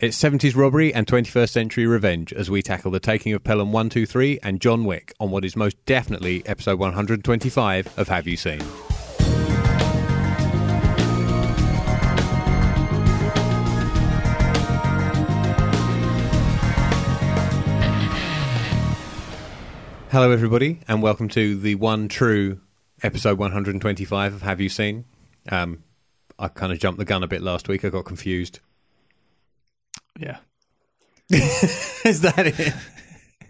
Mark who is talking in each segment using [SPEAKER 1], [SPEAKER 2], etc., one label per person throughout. [SPEAKER 1] It's 70s robbery and 21st century revenge as we tackle the taking of Pelham 123 and John Wick on what is most definitely episode 125 of Have You Seen? Hello, everybody, and welcome to the one true episode 125 of Have You Seen? Um, I kind of jumped the gun a bit last week. I got confused.
[SPEAKER 2] Yeah.
[SPEAKER 1] Is that it?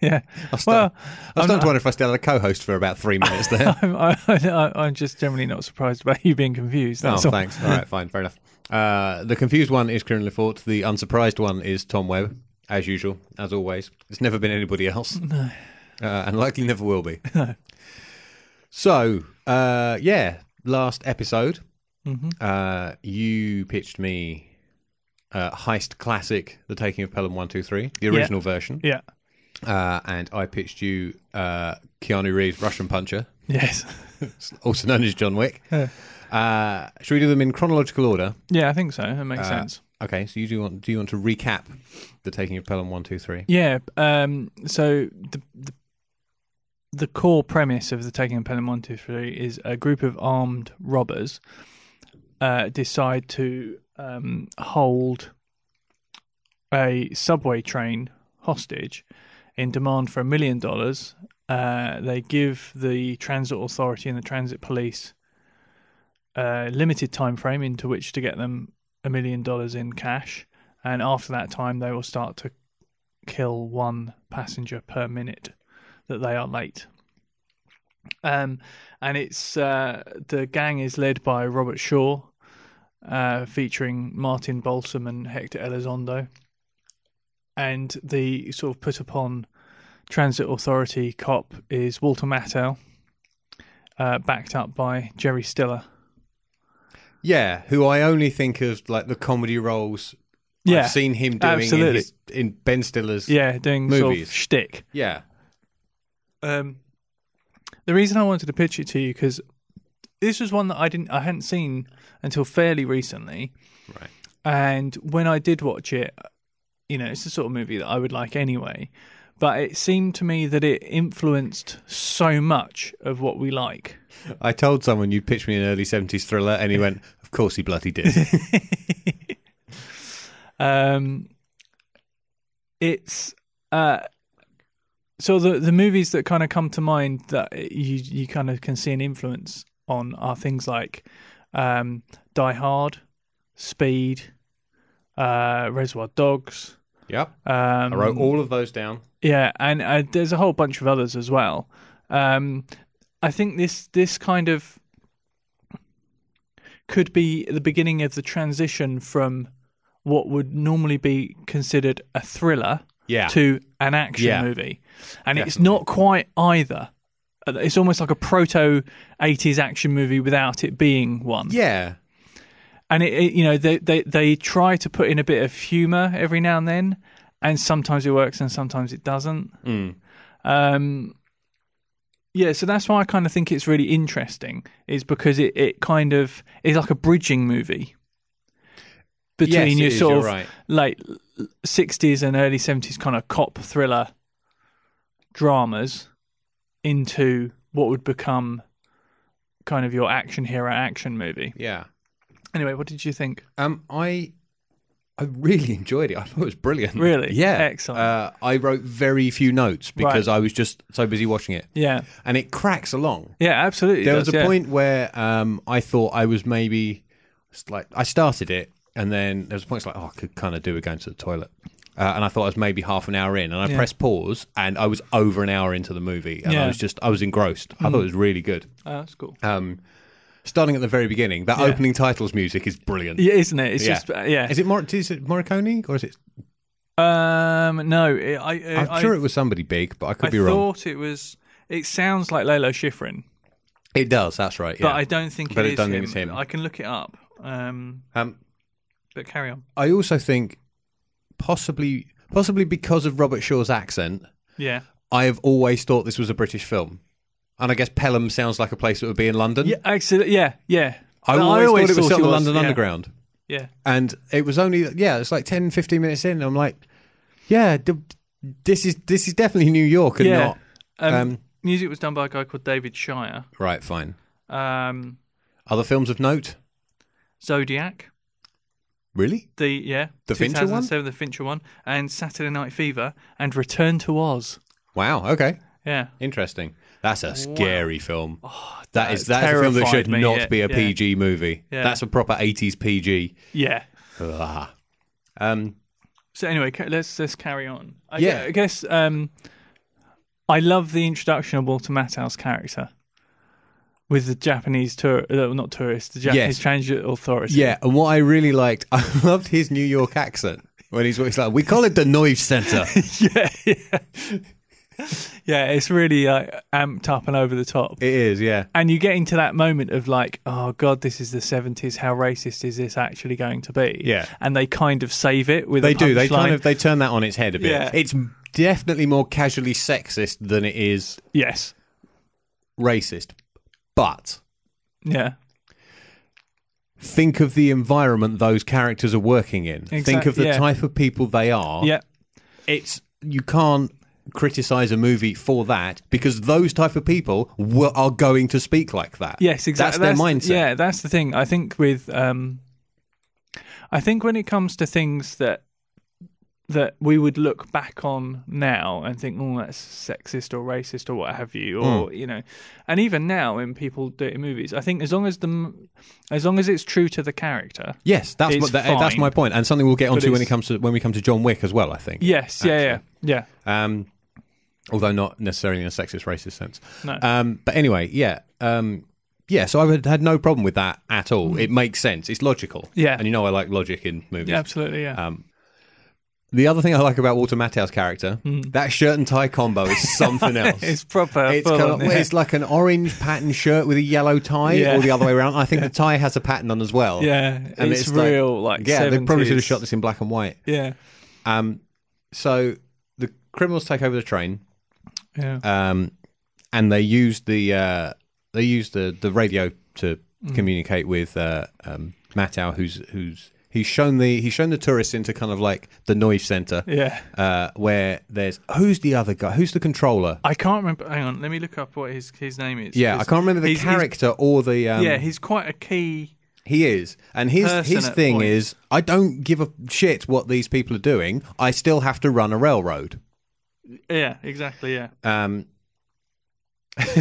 [SPEAKER 2] Yeah.
[SPEAKER 1] I'll start,
[SPEAKER 2] Well,
[SPEAKER 1] I was
[SPEAKER 2] I'm
[SPEAKER 1] starting
[SPEAKER 2] not-
[SPEAKER 1] to wonder if I still had a co-host for about three minutes there.
[SPEAKER 2] I'm, I, I, I'm just generally not surprised about you being confused.
[SPEAKER 1] oh,
[SPEAKER 2] That's all.
[SPEAKER 1] thanks. All right, fine, fair enough. Uh, the confused one is Kieran Lefort. The unsurprised one is Tom Webb, as usual, as always. It's never been anybody else, no. uh, and likely never will be. So, uh, yeah, last episode,
[SPEAKER 2] Mm-hmm.
[SPEAKER 1] uh, you pitched me uh, heist classic, The Taking of Pelham One Two Three, the original version,
[SPEAKER 2] Yeah.
[SPEAKER 1] uh, and I pitched you uh, Keanu Reeves Russian Puncher.
[SPEAKER 2] Yes.
[SPEAKER 1] also known as John Wick.
[SPEAKER 2] Yeah.
[SPEAKER 1] Uh, should we do them in chronological order?
[SPEAKER 2] Yeah, I think so. That
[SPEAKER 1] Uh,
[SPEAKER 2] makes sense.
[SPEAKER 1] Okay, so you do want do you want to recap the taking of Pelham one two three?
[SPEAKER 2] Yeah. Um, so the, the the core premise of the taking of Pelham One Two Three is a group of armed robbers uh, decide to um, hold a subway train hostage in demand for a million dollars. Uh, They give the transit authority and the transit police a limited time frame into which to get them a million dollars in cash, and after that time, they will start to kill one passenger per minute that they are late. Um, and it's uh, the gang is led by Robert Shaw, uh, featuring Martin Balsam and Hector Elizondo, and the sort of put upon transit authority cop is Walter Matthau, uh, backed up by Jerry Stiller.
[SPEAKER 1] Yeah, who I only think of like the comedy roles
[SPEAKER 2] Yeah,
[SPEAKER 1] I've seen him doing in,
[SPEAKER 2] absolutely.
[SPEAKER 1] his, in Ben Stiller's.
[SPEAKER 2] yeah, doing sort of
[SPEAKER 1] movies.
[SPEAKER 2] shtick.
[SPEAKER 1] yeah,
[SPEAKER 2] Um, the reason I wanted to pitch it to you because this was one that I didn't, I hadn't seen until fairly recently,
[SPEAKER 1] right.
[SPEAKER 2] and when I did watch it, you know, it's the sort of movie that I would like anyway. But it seemed to me that it influenced so much of what we like.
[SPEAKER 1] I told someone you'd pitch me an early seventies thriller, and he went, "Of course he bloody did."
[SPEAKER 2] Um, it's uh, so the the movies that kind of come to mind that you you kind of can see an influence on are things like um, Die Hard, Speed, uh, Reservoir Dogs.
[SPEAKER 1] yep,
[SPEAKER 2] Um,
[SPEAKER 1] I wrote all of those down.
[SPEAKER 2] yeah, and uh, there's a whole bunch of others as well. Um, I think this this kind of could be the beginning of the transition from what would normally be considered a thriller
[SPEAKER 1] Yeah,
[SPEAKER 2] to an action
[SPEAKER 1] Yeah.
[SPEAKER 2] movie, and it's not quite either. Uh, It's almost like a proto '80s action movie without it being one
[SPEAKER 1] yeah,
[SPEAKER 2] and it, it you know they, they they try to put in a bit of humor every now and then and sometimes it works and sometimes it doesn't
[SPEAKER 1] Mm.
[SPEAKER 2] um yeah so that's why i kind of think it's really interesting is because it, it kind of is like a bridging movie
[SPEAKER 1] Yes,
[SPEAKER 2] between
[SPEAKER 1] it
[SPEAKER 2] your
[SPEAKER 1] is,
[SPEAKER 2] sort
[SPEAKER 1] you're
[SPEAKER 2] of
[SPEAKER 1] right.
[SPEAKER 2] late 60s and early 70s kind of cop thriller dramas into what would become kind of your action hero action movie
[SPEAKER 1] yeah.
[SPEAKER 2] anyway what did you think
[SPEAKER 1] Um, I I really enjoyed it. I thought it was brilliant.
[SPEAKER 2] Really?
[SPEAKER 1] Yeah.
[SPEAKER 2] Excellent.
[SPEAKER 1] Uh, I wrote very few notes because I was just so busy watching it,
[SPEAKER 2] Yeah,
[SPEAKER 1] and it cracks along.
[SPEAKER 2] yeah, absolutely.
[SPEAKER 1] There
[SPEAKER 2] does,
[SPEAKER 1] was a
[SPEAKER 2] yeah.
[SPEAKER 1] point where um, I thought I was maybe it's like I started it, and then there was points like oh, I could kind of do with going to the toilet. Uh, and I thought I was maybe half an hour in, and I pressed pause, and I was over an hour into the movie, and I
[SPEAKER 2] Yeah. Mm-hmm.
[SPEAKER 1] was just I was engrossed. I thought it was really good.
[SPEAKER 2] Oh, that's cool.
[SPEAKER 1] Um, starting at the very beginning, that opening titles music is brilliant.
[SPEAKER 2] yeah, isn't it? It's
[SPEAKER 1] Yeah.
[SPEAKER 2] just uh, yeah.
[SPEAKER 1] Is it, Mor- is it Morricone or is it
[SPEAKER 2] um, no, it, I, uh,
[SPEAKER 1] I'm
[SPEAKER 2] I,
[SPEAKER 1] sure it was somebody big, but I could
[SPEAKER 2] I
[SPEAKER 1] be
[SPEAKER 2] thought
[SPEAKER 1] wrong.
[SPEAKER 2] it was. It sounds like Lalo Schifrin,
[SPEAKER 1] It does. That's right.
[SPEAKER 2] but
[SPEAKER 1] Yeah.
[SPEAKER 2] I don't think
[SPEAKER 1] But I
[SPEAKER 2] it is
[SPEAKER 1] don't
[SPEAKER 2] him.
[SPEAKER 1] think it's him.
[SPEAKER 2] I can look it up. Um,
[SPEAKER 1] I, um,
[SPEAKER 2] but carry on.
[SPEAKER 1] I also think possibly, possibly because of Robert Shaw's accent,
[SPEAKER 2] Yeah.
[SPEAKER 1] I have always thought this was a British film, and I guess Pelham sounds like a place that would be in London.
[SPEAKER 2] Yeah, actually, yeah, yeah.
[SPEAKER 1] I
[SPEAKER 2] No,
[SPEAKER 1] always, thought it was set on the
[SPEAKER 2] was,
[SPEAKER 1] London
[SPEAKER 2] yeah.
[SPEAKER 1] Underground.
[SPEAKER 2] Yeah.
[SPEAKER 1] and it was only yeah it's like 10 15 minutes in i'm like yeah d- this is this is definitely new york and
[SPEAKER 2] Yeah.
[SPEAKER 1] not
[SPEAKER 2] Um,
[SPEAKER 1] um,
[SPEAKER 2] music was done by a guy called David Shire.
[SPEAKER 1] right fine
[SPEAKER 2] Um,
[SPEAKER 1] other films of note
[SPEAKER 2] Zodiac.
[SPEAKER 1] really
[SPEAKER 2] The yeah.
[SPEAKER 1] The Fincher one?
[SPEAKER 2] 2007, The Fincher one. And Saturday Night Fever and Return to Oz.
[SPEAKER 1] wow okay
[SPEAKER 2] Yeah.
[SPEAKER 1] interesting that's a scary film that is
[SPEAKER 2] Oh, that
[SPEAKER 1] that is a film that
[SPEAKER 2] terrified
[SPEAKER 1] should
[SPEAKER 2] me,
[SPEAKER 1] not
[SPEAKER 2] yeah,
[SPEAKER 1] be a
[SPEAKER 2] yeah.
[SPEAKER 1] pg movie
[SPEAKER 2] Yeah.
[SPEAKER 1] that's a proper 80s pg
[SPEAKER 2] Yeah.
[SPEAKER 1] Ugh. um
[SPEAKER 2] So anyway, ca- let's let's carry on. I
[SPEAKER 1] Yeah.
[SPEAKER 2] gue- I guess um, I love the introduction of Walter Matthau's character with the Japanese tour, uh, not tourist, the Japanese
[SPEAKER 1] Yes.
[SPEAKER 2] transit authority.
[SPEAKER 1] yeah and what i really liked i loved his new york accent when he's, he's like we call it the noise center
[SPEAKER 2] yeah, yeah, yeah. It's really like amped up and over the top.
[SPEAKER 1] it is yeah
[SPEAKER 2] and you get into that moment of like, oh god, this is the seventies. How racist is this actually going to be?
[SPEAKER 1] Yeah.
[SPEAKER 2] and they kind of save it with
[SPEAKER 1] They
[SPEAKER 2] a
[SPEAKER 1] do. They
[SPEAKER 2] punchline.
[SPEAKER 1] kind of they turn that on its head a bit.
[SPEAKER 2] Yeah.
[SPEAKER 1] It's definitely more casually sexist than it is
[SPEAKER 2] yes,
[SPEAKER 1] racist. But
[SPEAKER 2] yeah,
[SPEAKER 1] think of the environment those characters are working in. think of the
[SPEAKER 2] yeah.
[SPEAKER 1] type of people they are.
[SPEAKER 2] yeah,
[SPEAKER 1] It's you can't criticize a movie for that because those type of people were, are going to speak like that.
[SPEAKER 2] yes, exactly.
[SPEAKER 1] That's, their mindset.
[SPEAKER 2] Yeah, that's the thing. I think with um, I think when it comes to things that that we would look back on now and think, oh, that's sexist or racist or what have you,
[SPEAKER 1] Hmm.
[SPEAKER 2] or you know, and even now when people do it in movies, I think as long as the m- as long as it's true to the character,
[SPEAKER 1] Yes, that's
[SPEAKER 2] It's
[SPEAKER 1] what, that, that's
[SPEAKER 2] fine.
[SPEAKER 1] my point, and something we'll get onto when
[SPEAKER 2] it's-
[SPEAKER 1] it comes to when we come to John Wick as well. I think.
[SPEAKER 2] Yes, yeah, yeah, yeah.
[SPEAKER 1] Um, although not necessarily in a sexist, racist sense.
[SPEAKER 2] No.
[SPEAKER 1] Um, but anyway, yeah. Um, yeah, so I've had- had no problem with that at all. It makes sense. It's logical.
[SPEAKER 2] Mm. Yeah.
[SPEAKER 1] And you know I like logic in movies.
[SPEAKER 2] Yeah, absolutely, yeah.
[SPEAKER 1] The other thing I like about Walter Matthau's character, that shirt and tie combo is something else.
[SPEAKER 2] Mm. it's proper.
[SPEAKER 1] Uh, It's,
[SPEAKER 2] full
[SPEAKER 1] kind
[SPEAKER 2] on,
[SPEAKER 1] of-
[SPEAKER 2] yeah.
[SPEAKER 1] it's like an orange pattern shirt with a yellow tie
[SPEAKER 2] Yeah.
[SPEAKER 1] or the other way around. I think the tie has a pattern on as well.
[SPEAKER 2] yeah,
[SPEAKER 1] And
[SPEAKER 2] it's,
[SPEAKER 1] it's like-
[SPEAKER 2] real. Like,
[SPEAKER 1] Yeah, they probably should have
[SPEAKER 2] 70s.
[SPEAKER 1] shot this in black and white.
[SPEAKER 2] Yeah,
[SPEAKER 1] Um, so the criminals take over the train.
[SPEAKER 2] yeah,
[SPEAKER 1] um, and they used the uh, they used the, the radio to
[SPEAKER 2] Mm.
[SPEAKER 1] communicate with uh, um, Matau, who's who's he's shown the he's shown the tourists into kind of like the noise center,
[SPEAKER 2] yeah.
[SPEAKER 1] uh, where there's who's the other guy, who's the controller?
[SPEAKER 2] I can't remember. Hang on, let me look up what his his name is.
[SPEAKER 1] Yeah, I
[SPEAKER 2] 'cause
[SPEAKER 1] can't remember the
[SPEAKER 2] he's- he's-
[SPEAKER 1] character or the um,
[SPEAKER 2] yeah, he's quite a key.
[SPEAKER 1] he is, and his
[SPEAKER 2] Person
[SPEAKER 1] his
[SPEAKER 2] at
[SPEAKER 1] thing
[SPEAKER 2] point.
[SPEAKER 1] is I don't give a shit what these people are doing. I still have to run a railroad.
[SPEAKER 2] Yeah, exactly. Yeah,
[SPEAKER 1] um,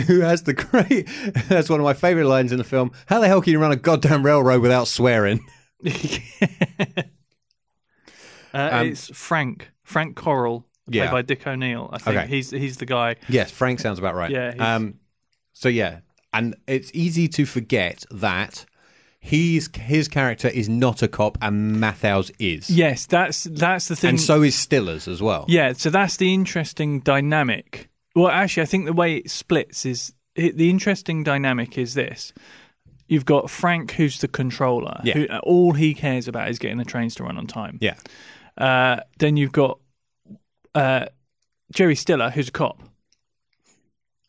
[SPEAKER 1] who has the great that's one of my favorite lines in the film how the hell can you run a goddamn railroad without swearing
[SPEAKER 2] uh,
[SPEAKER 1] Um,
[SPEAKER 2] it's Frank Frank Coral, played
[SPEAKER 1] Yeah.
[SPEAKER 2] by Dick O'Neill. I think
[SPEAKER 1] Okay.
[SPEAKER 2] he's he's the guy.
[SPEAKER 1] yes frank sounds about right
[SPEAKER 2] Yeah, he's-
[SPEAKER 1] um, so yeah and it's easy to forget that he's his character is not a cop and matthau's is
[SPEAKER 2] Yes, that's that's the thing.
[SPEAKER 1] and so is stillers as well
[SPEAKER 2] Yeah, so that's the interesting dynamic. Well, actually, I think the way it splits is it, the interesting dynamic is this. You've got Frank, who's the controller.
[SPEAKER 1] Yeah.
[SPEAKER 2] Who, all he cares about is getting the trains to run on time.
[SPEAKER 1] yeah
[SPEAKER 2] Uh, then you've got uh, Jerry Stiller, who's a cop.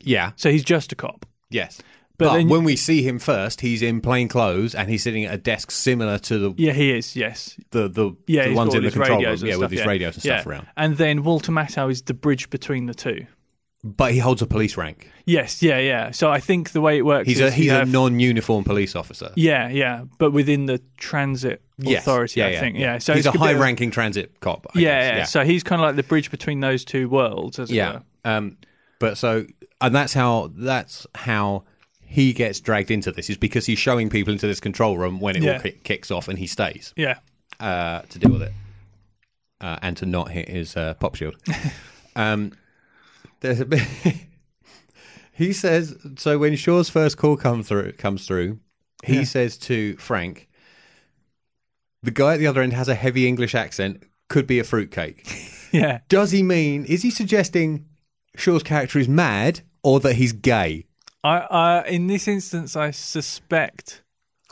[SPEAKER 1] yeah
[SPEAKER 2] So he's just a cop.
[SPEAKER 1] yes
[SPEAKER 2] But
[SPEAKER 1] but,
[SPEAKER 2] then-
[SPEAKER 1] when we see him first he's in plain clothes and he's sitting at a desk similar to the
[SPEAKER 2] Yeah, he is. Yes.
[SPEAKER 1] the, the,
[SPEAKER 2] Yeah,
[SPEAKER 1] the
[SPEAKER 2] he's
[SPEAKER 1] ones in
[SPEAKER 2] got
[SPEAKER 1] the
[SPEAKER 2] all his
[SPEAKER 1] control room
[SPEAKER 2] radios and
[SPEAKER 1] yeah
[SPEAKER 2] stuff,
[SPEAKER 1] with his radios and stuff
[SPEAKER 2] yeah.
[SPEAKER 1] around
[SPEAKER 2] And then Walter Matthau is the bridge between the two.
[SPEAKER 1] but he holds a police rank
[SPEAKER 2] Yes. Yeah. Yeah. So I think the way it works
[SPEAKER 1] He's a
[SPEAKER 2] is
[SPEAKER 1] he's
[SPEAKER 2] you have-
[SPEAKER 1] a non-uniform police officer.
[SPEAKER 2] Yeah, yeah, but within the transit
[SPEAKER 1] Yes.
[SPEAKER 2] authority,
[SPEAKER 1] Yeah,
[SPEAKER 2] I
[SPEAKER 1] yeah,
[SPEAKER 2] think. Yeah,
[SPEAKER 1] yeah.
[SPEAKER 2] so
[SPEAKER 1] he's
[SPEAKER 2] it's
[SPEAKER 1] a
[SPEAKER 2] bit of-
[SPEAKER 1] high-ranking transit cop. I
[SPEAKER 2] Yeah, yeah,
[SPEAKER 1] guess.
[SPEAKER 2] so he's kind of like the bridge between those two worlds, as it
[SPEAKER 1] yeah,
[SPEAKER 2] were.
[SPEAKER 1] yeah. Um, but so and that's how that's how he gets dragged into this is because he's showing people into this control room when it
[SPEAKER 2] Yeah.
[SPEAKER 1] all ki- kicks off, and he stays
[SPEAKER 2] Yeah,
[SPEAKER 1] uh, to deal with it uh, and to not hit his uh, pop shield. um, there's a bit. he says so when Shaw's first call come through comes through, he says to Frank, "The guy at the other end has a heavy English accent. Could be a fruitcake."
[SPEAKER 2] yeah,
[SPEAKER 1] Does he mean? Is he suggesting Shaw's character is mad or that he's gay?
[SPEAKER 2] I, I, in this instance, I suspect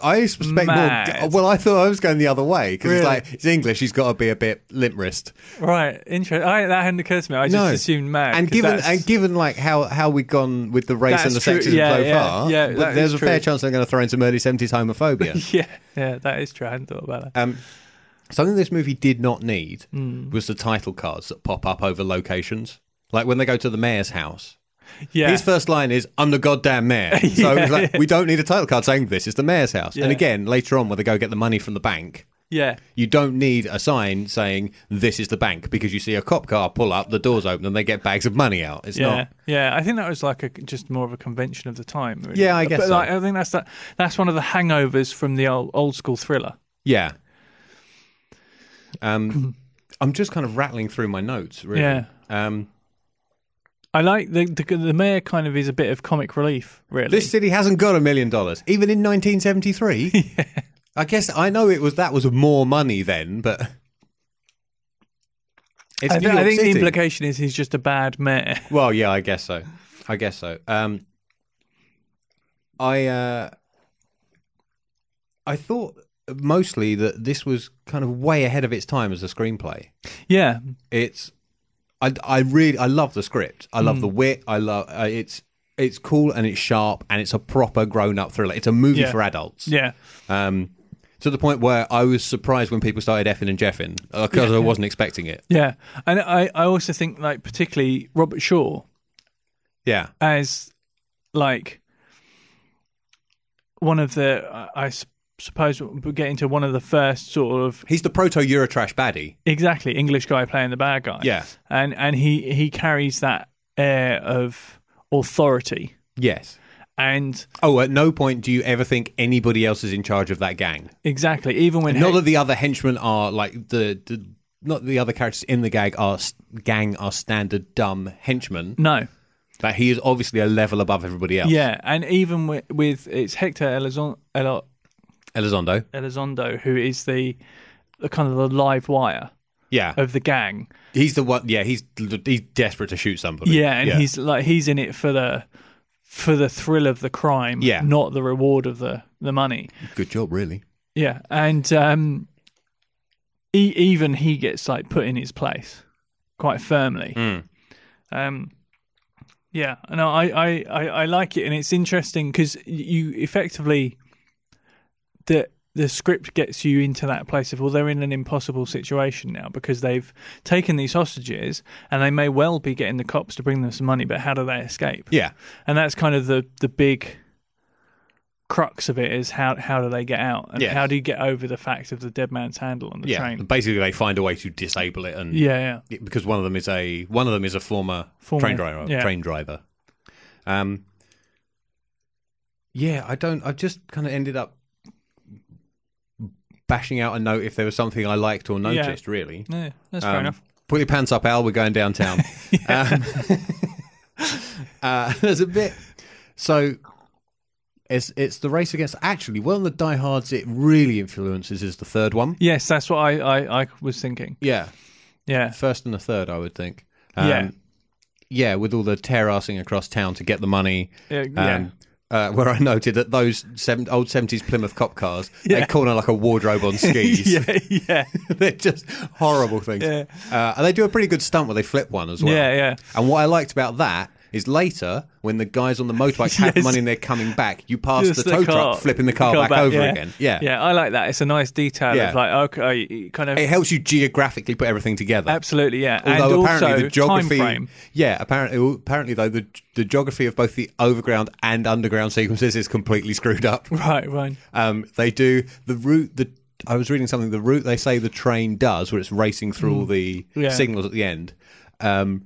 [SPEAKER 1] I suspect more.
[SPEAKER 2] Mad.
[SPEAKER 1] Well, I thought I was going the other way because
[SPEAKER 2] Really?
[SPEAKER 1] it's like it's English. He's got to be a bit limp wrist.
[SPEAKER 2] Right, interesting. I, that hadn't occurred to me. I just
[SPEAKER 1] No.
[SPEAKER 2] assumed mad.
[SPEAKER 1] And
[SPEAKER 2] 'cause
[SPEAKER 1] given
[SPEAKER 2] that's-
[SPEAKER 1] and given like how how we've gone with the race
[SPEAKER 2] That's
[SPEAKER 1] and the
[SPEAKER 2] true.
[SPEAKER 1] sexism
[SPEAKER 2] Yeah,
[SPEAKER 1] so
[SPEAKER 2] yeah,
[SPEAKER 1] far,
[SPEAKER 2] yeah,
[SPEAKER 1] but
[SPEAKER 2] that
[SPEAKER 1] there's
[SPEAKER 2] is
[SPEAKER 1] a fair
[SPEAKER 2] true.
[SPEAKER 1] chance they're going to throw in some early seventies homophobia.
[SPEAKER 2] yeah, yeah, that is true. I hadn't thought about that.
[SPEAKER 1] um, something this movie did not need
[SPEAKER 2] Hmm.
[SPEAKER 1] was the title cards that pop up over locations. Like when they go to the mayor's house,
[SPEAKER 2] Yeah,
[SPEAKER 1] his first line is "I'm the goddamn mayor." So
[SPEAKER 2] Yeah,
[SPEAKER 1] it's like, we don't need a title card saying this is the mayor's house.
[SPEAKER 2] Yeah.
[SPEAKER 1] And again, later on, when they go get the money from the bank,
[SPEAKER 2] yeah,
[SPEAKER 1] You don't need a sign saying this is the bank because you see a cop car pull up, the doors open, and they get bags of money out. It's
[SPEAKER 2] yeah,
[SPEAKER 1] not.
[SPEAKER 2] yeah. I think that was like a just more of a convention of the time. really.
[SPEAKER 1] Yeah, I guess
[SPEAKER 2] But
[SPEAKER 1] so.
[SPEAKER 2] like, I think that's that. That's one of the hangovers from the old old school thriller.
[SPEAKER 1] Yeah. Um, I'm just kind of rattling through my notes. Really.
[SPEAKER 2] Yeah.
[SPEAKER 1] Um,
[SPEAKER 2] I like the, the the mayor kind of is a bit of comic relief, really.
[SPEAKER 1] this city hasn't got a million dollars, even in 1973. I guess I know it was that was more money then, but it's
[SPEAKER 2] I,
[SPEAKER 1] New
[SPEAKER 2] th-
[SPEAKER 1] York
[SPEAKER 2] I think
[SPEAKER 1] City.
[SPEAKER 2] the implication is he's just a bad mayor.
[SPEAKER 1] Well, yeah, I guess so. I guess so. Um, I uh, I thought mostly that this was kind of way ahead of its time as a screenplay.
[SPEAKER 2] yeah,
[SPEAKER 1] It's I, I really I love the script. I
[SPEAKER 2] Mm.
[SPEAKER 1] love the wit. I love uh, it's it's cool and it's sharp and it's a proper grown up thriller. It's a movie
[SPEAKER 2] Yeah.
[SPEAKER 1] for adults.
[SPEAKER 2] yeah,
[SPEAKER 1] Um, to the point where I was surprised when people started effing and jeffing because I wasn't expecting it.
[SPEAKER 2] yeah. And I I also think like particularly Robert Shaw
[SPEAKER 1] Yeah.
[SPEAKER 2] as like one of the I I s- suppose we'll get into one of the first sort of
[SPEAKER 1] He's the proto Eurotrash baddie.
[SPEAKER 2] exactly English guy playing the bad guy.
[SPEAKER 1] Yeah.
[SPEAKER 2] and and he he carries that air of authority
[SPEAKER 1] Yes.
[SPEAKER 2] and
[SPEAKER 1] Oh, at no point do you ever think anybody else is in charge of that gang.
[SPEAKER 2] exactly even when
[SPEAKER 1] Not that the other henchmen are like the, the not that the other characters in the gang are s- gang are standard dumb henchmen,
[SPEAKER 2] no
[SPEAKER 1] but he is obviously a level above everybody else.
[SPEAKER 2] yeah and even with, with it's Hector Elizondo, El-
[SPEAKER 1] Elizondo.
[SPEAKER 2] Elizondo who is the, the kind of the live wire
[SPEAKER 1] Yeah,
[SPEAKER 2] of the gang
[SPEAKER 1] he's the one. Yeah, he's he's desperate to shoot somebody.
[SPEAKER 2] yeah and he's like he's in it for the for the thrill of the crime
[SPEAKER 1] Yeah.
[SPEAKER 2] not the reward of the the money
[SPEAKER 1] good job, really.
[SPEAKER 2] yeah and um e- even he gets like put in his place quite firmly um yeah no I, I i i like it and it's interesting because you effectively the the script gets you into that place of well they're in an impossible situation now because they've taken these hostages and they may well be getting the cops to bring them some money but how do they escape
[SPEAKER 1] Yeah,
[SPEAKER 2] and that's kind of the the big crux of it is how how do they get out and
[SPEAKER 1] Yes.
[SPEAKER 2] how do you get over the fact of the dead man's handle on the
[SPEAKER 1] yeah. Mm-hmm.
[SPEAKER 2] train
[SPEAKER 1] Basically, they find a way to disable it, and
[SPEAKER 2] yeah yeah
[SPEAKER 1] because one of them is a one of them is a former,
[SPEAKER 2] Former,
[SPEAKER 1] train driver.
[SPEAKER 2] yeah.
[SPEAKER 1] Train driver. Um. Yeah, I don't. I just kind of ended up bashing out a note if there was something I liked or noticed. Really,
[SPEAKER 2] yeah that's fair
[SPEAKER 1] Um,
[SPEAKER 2] enough
[SPEAKER 1] Put your pants up, Al. We're going downtown. um, uh, there's a bit. So it's it's the race against. Actually, one of the diehards it really influences is the third one.
[SPEAKER 2] yes that's what i i, I was thinking
[SPEAKER 1] Yeah,
[SPEAKER 2] yeah
[SPEAKER 1] first and a third, I would think. Um,
[SPEAKER 2] Yeah.
[SPEAKER 1] yeah, with all the tear assing across town to get the money.
[SPEAKER 2] Yeah, yeah.
[SPEAKER 1] uh, where I noted that those seven, old seventies Plymouth cop cars, they
[SPEAKER 2] Yeah.
[SPEAKER 1] corner like a wardrobe on skis.
[SPEAKER 2] yeah yeah
[SPEAKER 1] They're just horrible things.
[SPEAKER 2] Yeah.
[SPEAKER 1] Uh, and they do a pretty good stunt where they flip one as well.
[SPEAKER 2] Yeah, yeah.
[SPEAKER 1] And what I liked about that is later when the guys on the motorbikes have the
[SPEAKER 2] Yes.
[SPEAKER 1] money and they're coming back, you pass
[SPEAKER 2] Just
[SPEAKER 1] the tow
[SPEAKER 2] car-
[SPEAKER 1] truck, flipping the car, back, over
[SPEAKER 2] yeah.
[SPEAKER 1] again. Yeah.
[SPEAKER 2] yeah. I like that. It's a nice detail
[SPEAKER 1] Yeah.
[SPEAKER 2] of like okay, it kind of
[SPEAKER 1] It helps you geographically put everything together.
[SPEAKER 2] absolutely yeah. and
[SPEAKER 1] Although apparently
[SPEAKER 2] also
[SPEAKER 1] the geography,
[SPEAKER 2] time frame.
[SPEAKER 1] yeah, apparently, apparently though the the geography of both the overground and underground sequences is completely screwed up.
[SPEAKER 2] Right, right.
[SPEAKER 1] Um, they do the route. The I was reading something. The route they say the train does, where it's racing through all the
[SPEAKER 2] Mm. Yeah.
[SPEAKER 1] signals at the end, um,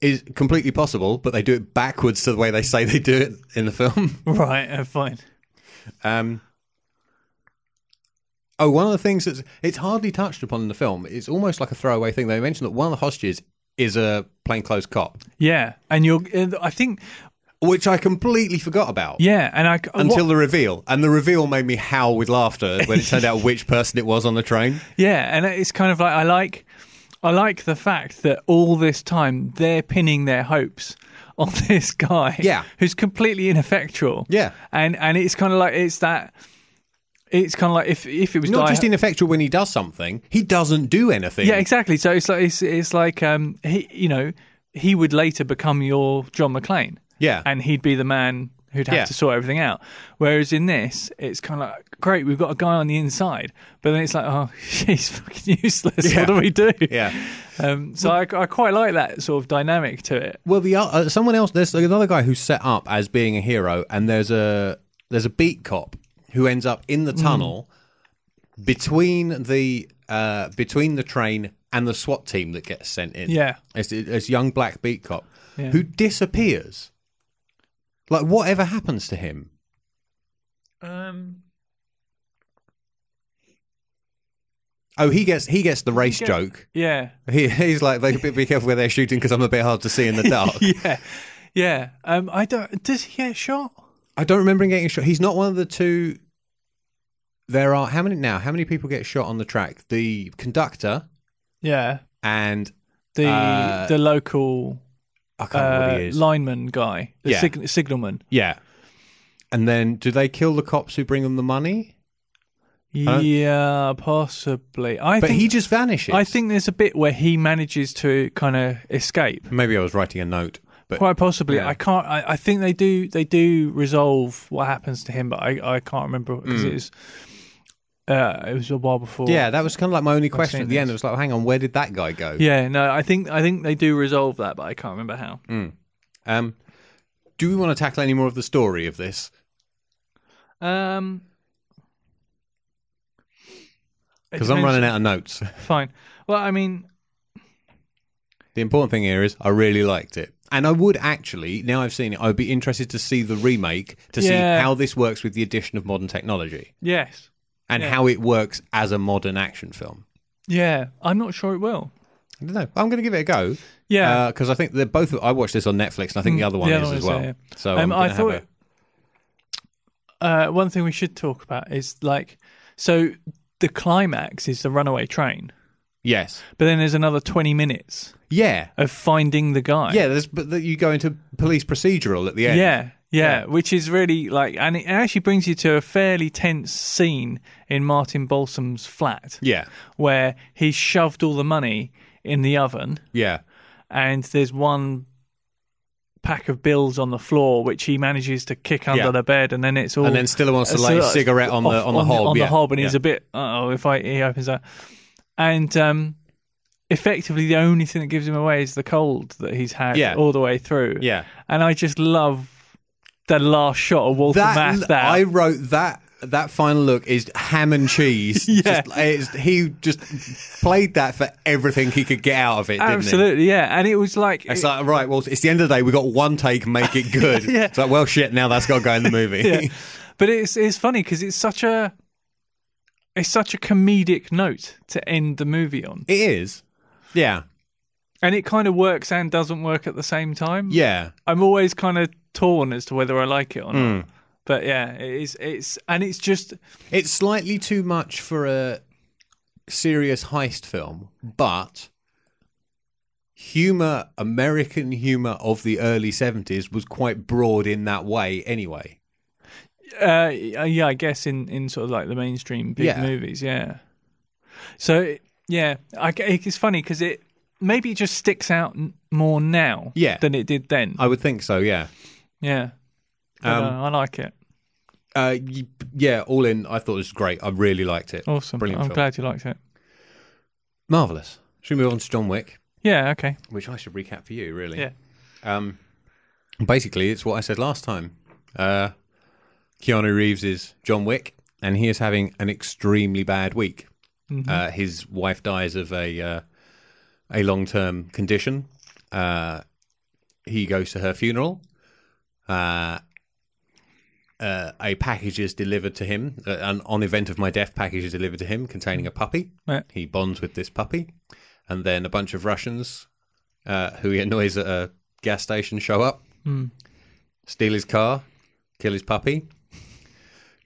[SPEAKER 1] is completely possible. But they do it backwards to the way they say they do it in the film.
[SPEAKER 2] Right, uh, fine.
[SPEAKER 1] Um, oh, one of the things that's it's hardly touched upon in the film. It's almost like a throwaway thing. They mention that one of the hostages is a plainclothes cop,
[SPEAKER 2] Yeah. And you're uh, I think
[SPEAKER 1] which I completely forgot about.
[SPEAKER 2] yeah, and I c- what-
[SPEAKER 1] Until the reveal, and the reveal made me howl with laughter when it turned out which person it was on the train.
[SPEAKER 2] Yeah, and it's kind of like I like I like the fact that all this time they're pinning their hopes on this guy
[SPEAKER 1] Yeah.
[SPEAKER 2] who's completely ineffectual.
[SPEAKER 1] Yeah.
[SPEAKER 2] And and it's kind of like it's that It's kind of like if if it was
[SPEAKER 1] Not
[SPEAKER 2] Die
[SPEAKER 1] just
[SPEAKER 2] Hard-
[SPEAKER 1] ineffectual when he does something, he doesn't do anything.
[SPEAKER 2] yeah, exactly. So it's like it's, it's like um he you know he would later become your John McClane.
[SPEAKER 1] Yeah.
[SPEAKER 2] and he'd be the man who'd have
[SPEAKER 1] Yeah.
[SPEAKER 2] to sort everything out. Whereas in this, it's kind of like great, we've got a guy on the inside, but then it's like oh he's fucking useless.
[SPEAKER 1] Yeah.
[SPEAKER 2] What do we do?
[SPEAKER 1] yeah.
[SPEAKER 2] Um, so I, I quite like that sort of dynamic to it.
[SPEAKER 1] Well, the uh, someone else. There's another guy who's set up as being a hero, and there's a there's a beat cop who ends up in
[SPEAKER 2] Mm.
[SPEAKER 1] the tunnel between the uh, between the train and the SWAT team that gets sent in.
[SPEAKER 2] Yeah.
[SPEAKER 1] it's, it's young black beat cop
[SPEAKER 2] Yeah.
[SPEAKER 1] who disappears. Like whatever happens to him?
[SPEAKER 2] Um,
[SPEAKER 1] Oh, he gets he gets the race
[SPEAKER 2] get-
[SPEAKER 1] joke.
[SPEAKER 2] yeah,
[SPEAKER 1] He, he's like, they be careful where they're shooting because I'm a bit hard to see in the dark.
[SPEAKER 2] yeah, yeah. Um, I don't. Does he get shot?
[SPEAKER 1] I don't remember him getting shot. He's not one of the two. There are how many now? How many people get shot on the track? The conductor
[SPEAKER 2] Yeah,
[SPEAKER 1] and
[SPEAKER 2] the
[SPEAKER 1] Uh,
[SPEAKER 2] the local
[SPEAKER 1] I can't remember
[SPEAKER 2] uh,
[SPEAKER 1] what he is.
[SPEAKER 2] lineman guy, the
[SPEAKER 1] Yeah.
[SPEAKER 2] sig- signalman.
[SPEAKER 1] yeah, and then do they kill the cops who bring them the money? don't-
[SPEAKER 2] Yeah, possibly. I
[SPEAKER 1] But
[SPEAKER 2] think
[SPEAKER 1] he just vanishes.
[SPEAKER 2] I think there's a bit where he manages to kind of escape.
[SPEAKER 1] maybe I was writing a note, but
[SPEAKER 2] Quite possibly.
[SPEAKER 1] yeah.
[SPEAKER 2] I can't. I, I think they do. They do resolve what happens to him, but I, I can't remember
[SPEAKER 1] Hmm.
[SPEAKER 2] because it was uh, it was a while before.
[SPEAKER 1] yeah, that was kind of like my only question
[SPEAKER 2] seen
[SPEAKER 1] at the end. It
[SPEAKER 2] this.
[SPEAKER 1] was like, hang on, where did that guy go?
[SPEAKER 2] Yeah. No, I think I think they do resolve that, but I can't remember how.
[SPEAKER 1] Um, do we want to tackle any more of the story of this? Mm.
[SPEAKER 2] Um. it
[SPEAKER 1] Because I'm
[SPEAKER 2] depends-
[SPEAKER 1] running out of notes.
[SPEAKER 2] Fine. Well, I mean,
[SPEAKER 1] The important thing here is I really liked it. And I would actually, now I've seen it, I would be interested to see the remake to
[SPEAKER 2] Yeah.
[SPEAKER 1] see how this works with the addition of modern technology
[SPEAKER 2] yes.
[SPEAKER 1] and
[SPEAKER 2] Yeah.
[SPEAKER 1] how it works as a modern action film.
[SPEAKER 2] Yeah. I'm not sure it will.
[SPEAKER 1] I don't know. I'm going to give it a go
[SPEAKER 2] Yeah. Mm,
[SPEAKER 1] because I think they're both. I watched this on Netflix, and I think the other one
[SPEAKER 2] the
[SPEAKER 1] is
[SPEAKER 2] other
[SPEAKER 1] as
[SPEAKER 2] one's
[SPEAKER 1] well.
[SPEAKER 2] there.
[SPEAKER 1] So
[SPEAKER 2] Um,
[SPEAKER 1] I'm
[SPEAKER 2] I
[SPEAKER 1] gonna have
[SPEAKER 2] thought
[SPEAKER 1] a,
[SPEAKER 2] uh, one thing we should talk about is like, so the climax is the runaway train,
[SPEAKER 1] yes,
[SPEAKER 2] but then there's another 20 minutes
[SPEAKER 1] yeah,
[SPEAKER 2] of finding the guy.
[SPEAKER 1] yeah. There's but that you go into police procedural at the
[SPEAKER 2] Yeah.
[SPEAKER 1] end.
[SPEAKER 2] Yeah. Which is really like, and it actually brings you to a fairly tense scene in Martin Balsam's flat
[SPEAKER 1] yeah,
[SPEAKER 2] where he's shoved all the money in the oven
[SPEAKER 1] yeah.
[SPEAKER 2] and there's one pack of bills on the floor which he manages to kick under
[SPEAKER 1] Yeah.
[SPEAKER 2] the bed and then it's all
[SPEAKER 1] And then Stiller wants to
[SPEAKER 2] So
[SPEAKER 1] light a
[SPEAKER 2] that's
[SPEAKER 1] cigarette on the
[SPEAKER 2] off-
[SPEAKER 1] on the hob.
[SPEAKER 2] on
[SPEAKER 1] yeah.
[SPEAKER 2] the hob, and
[SPEAKER 1] yeah.
[SPEAKER 2] he's a bit. Oh, if I he opens that, and um, effectively the only thing that gives him away is the cold that he's had
[SPEAKER 1] Yeah.
[SPEAKER 2] all the way through.
[SPEAKER 1] yeah.
[SPEAKER 2] and I just love the last shot of Walter
[SPEAKER 1] that,
[SPEAKER 2] Matthau. That
[SPEAKER 1] I wrote that that final look is ham and cheese.
[SPEAKER 2] Yeah.
[SPEAKER 1] Just- it's- he just played that for everything he could get out of it. Didn't He?
[SPEAKER 2] absolutely, yeah, and it was like.
[SPEAKER 1] It's
[SPEAKER 2] it-
[SPEAKER 1] like right, well, it's the end of the day. We got one take, make it good.
[SPEAKER 2] Yeah.
[SPEAKER 1] It's like well, shit. Now that's got to go in the movie.
[SPEAKER 2] yeah. But it's it's funny because it's such a it's such a comedic note to end the movie on,
[SPEAKER 1] It is. Yeah.
[SPEAKER 2] and it kind of works and doesn't work at the same time.
[SPEAKER 1] Yeah.
[SPEAKER 2] I'm always kind of torn as to whether I like it or not.
[SPEAKER 1] Hmm.
[SPEAKER 2] But yeah, it is. It's and it's just
[SPEAKER 1] It's slightly too much for a serious heist film, but humor, American humor of the early seventies, was quite broad in that way. Anyway.
[SPEAKER 2] uh, yeah, I guess in in sort of like the mainstream big
[SPEAKER 1] Yeah.
[SPEAKER 2] movies, yeah. So yeah, I, g- it's funny because it maybe it just sticks out n- more now,
[SPEAKER 1] Yeah.
[SPEAKER 2] than it did then.
[SPEAKER 1] I Um, would think so. Yeah.
[SPEAKER 2] yeah, I, don't know, I like it.
[SPEAKER 1] Uh, y- yeah, all in, I thought it was great. I really liked it.
[SPEAKER 2] Awesome.
[SPEAKER 1] brilliant
[SPEAKER 2] I'm
[SPEAKER 1] film.
[SPEAKER 2] glad you liked it.
[SPEAKER 1] Marvelous. Should we move on to John Wick,
[SPEAKER 2] Yeah. Okay.
[SPEAKER 1] which I should recap for you, really?
[SPEAKER 2] Yeah.
[SPEAKER 1] Um, basically, it's what I said last time. Uh, Keanu Reeves is John Wick, and he is having an extremely bad week.
[SPEAKER 2] Mm-hmm.
[SPEAKER 1] Uh, his wife dies of a uh, a long term condition. Uh, he goes to her funeral. Uh, uh, a package is delivered to him. Uh, an on event of my death package is delivered to him containing a puppy.
[SPEAKER 2] Right.
[SPEAKER 1] He bonds with this puppy, and then a bunch of Russians uh, who he annoys at a gas station show up, steal his car, kill his puppy.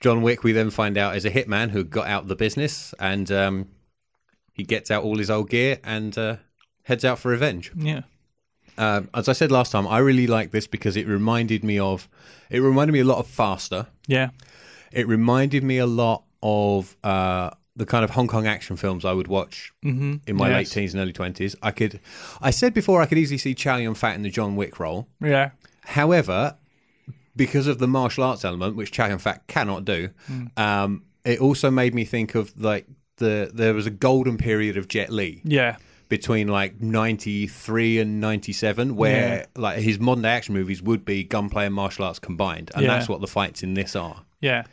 [SPEAKER 1] John Wick, we then find out, is a hitman who got out of the business and um, he gets out all his old gear and uh, heads out for revenge.
[SPEAKER 2] Yeah.
[SPEAKER 1] Um, as I said last time, I really like this because it reminded me of, it reminded me a lot of Faster.
[SPEAKER 2] Yeah.
[SPEAKER 1] It reminded me a lot of uh, the kind of Hong Kong action films I would watch
[SPEAKER 2] Mm-hmm.
[SPEAKER 1] in my late teens and early twenties. I could, I said before, I could easily see Chow Yun Fat in the John Wick role.
[SPEAKER 2] Yeah.
[SPEAKER 1] However, because of the martial arts element, which Chow Yun Fat cannot do,
[SPEAKER 2] Mm.
[SPEAKER 1] um, it also made me think of like the there was a golden period of Jet Li
[SPEAKER 2] Yeah.
[SPEAKER 1] between like 93 and 97 where like his modern day action movies would be gunplay and martial arts combined and
[SPEAKER 2] Yeah.
[SPEAKER 1] that's what the fights in this are
[SPEAKER 2] Yeah.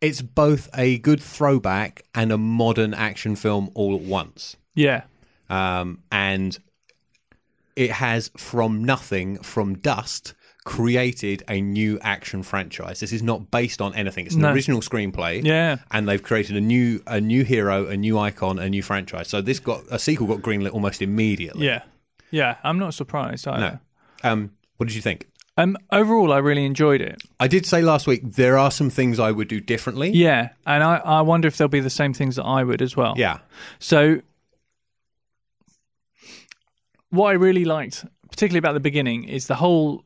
[SPEAKER 1] it's both a good throwback and a modern action film all at once
[SPEAKER 2] Yeah.
[SPEAKER 1] um, and it has from nothing from dust created a new action franchise this is not based on anything it's an
[SPEAKER 2] No.
[SPEAKER 1] original screenplay
[SPEAKER 2] Yeah.
[SPEAKER 1] and they've created a new a new hero a new icon a new franchise so this got a sequel got greenlit almost immediately
[SPEAKER 2] Yeah. Yeah. I'm not surprised either.
[SPEAKER 1] Um, what did you think?
[SPEAKER 2] Um, overall, I really enjoyed it.
[SPEAKER 1] I did say last week there are some things I would do differently.
[SPEAKER 2] Yeah. And I, I wonder if there'll be the same things that I would as well.
[SPEAKER 1] Yeah.
[SPEAKER 2] So, what I really liked, particularly about the beginning, is the whole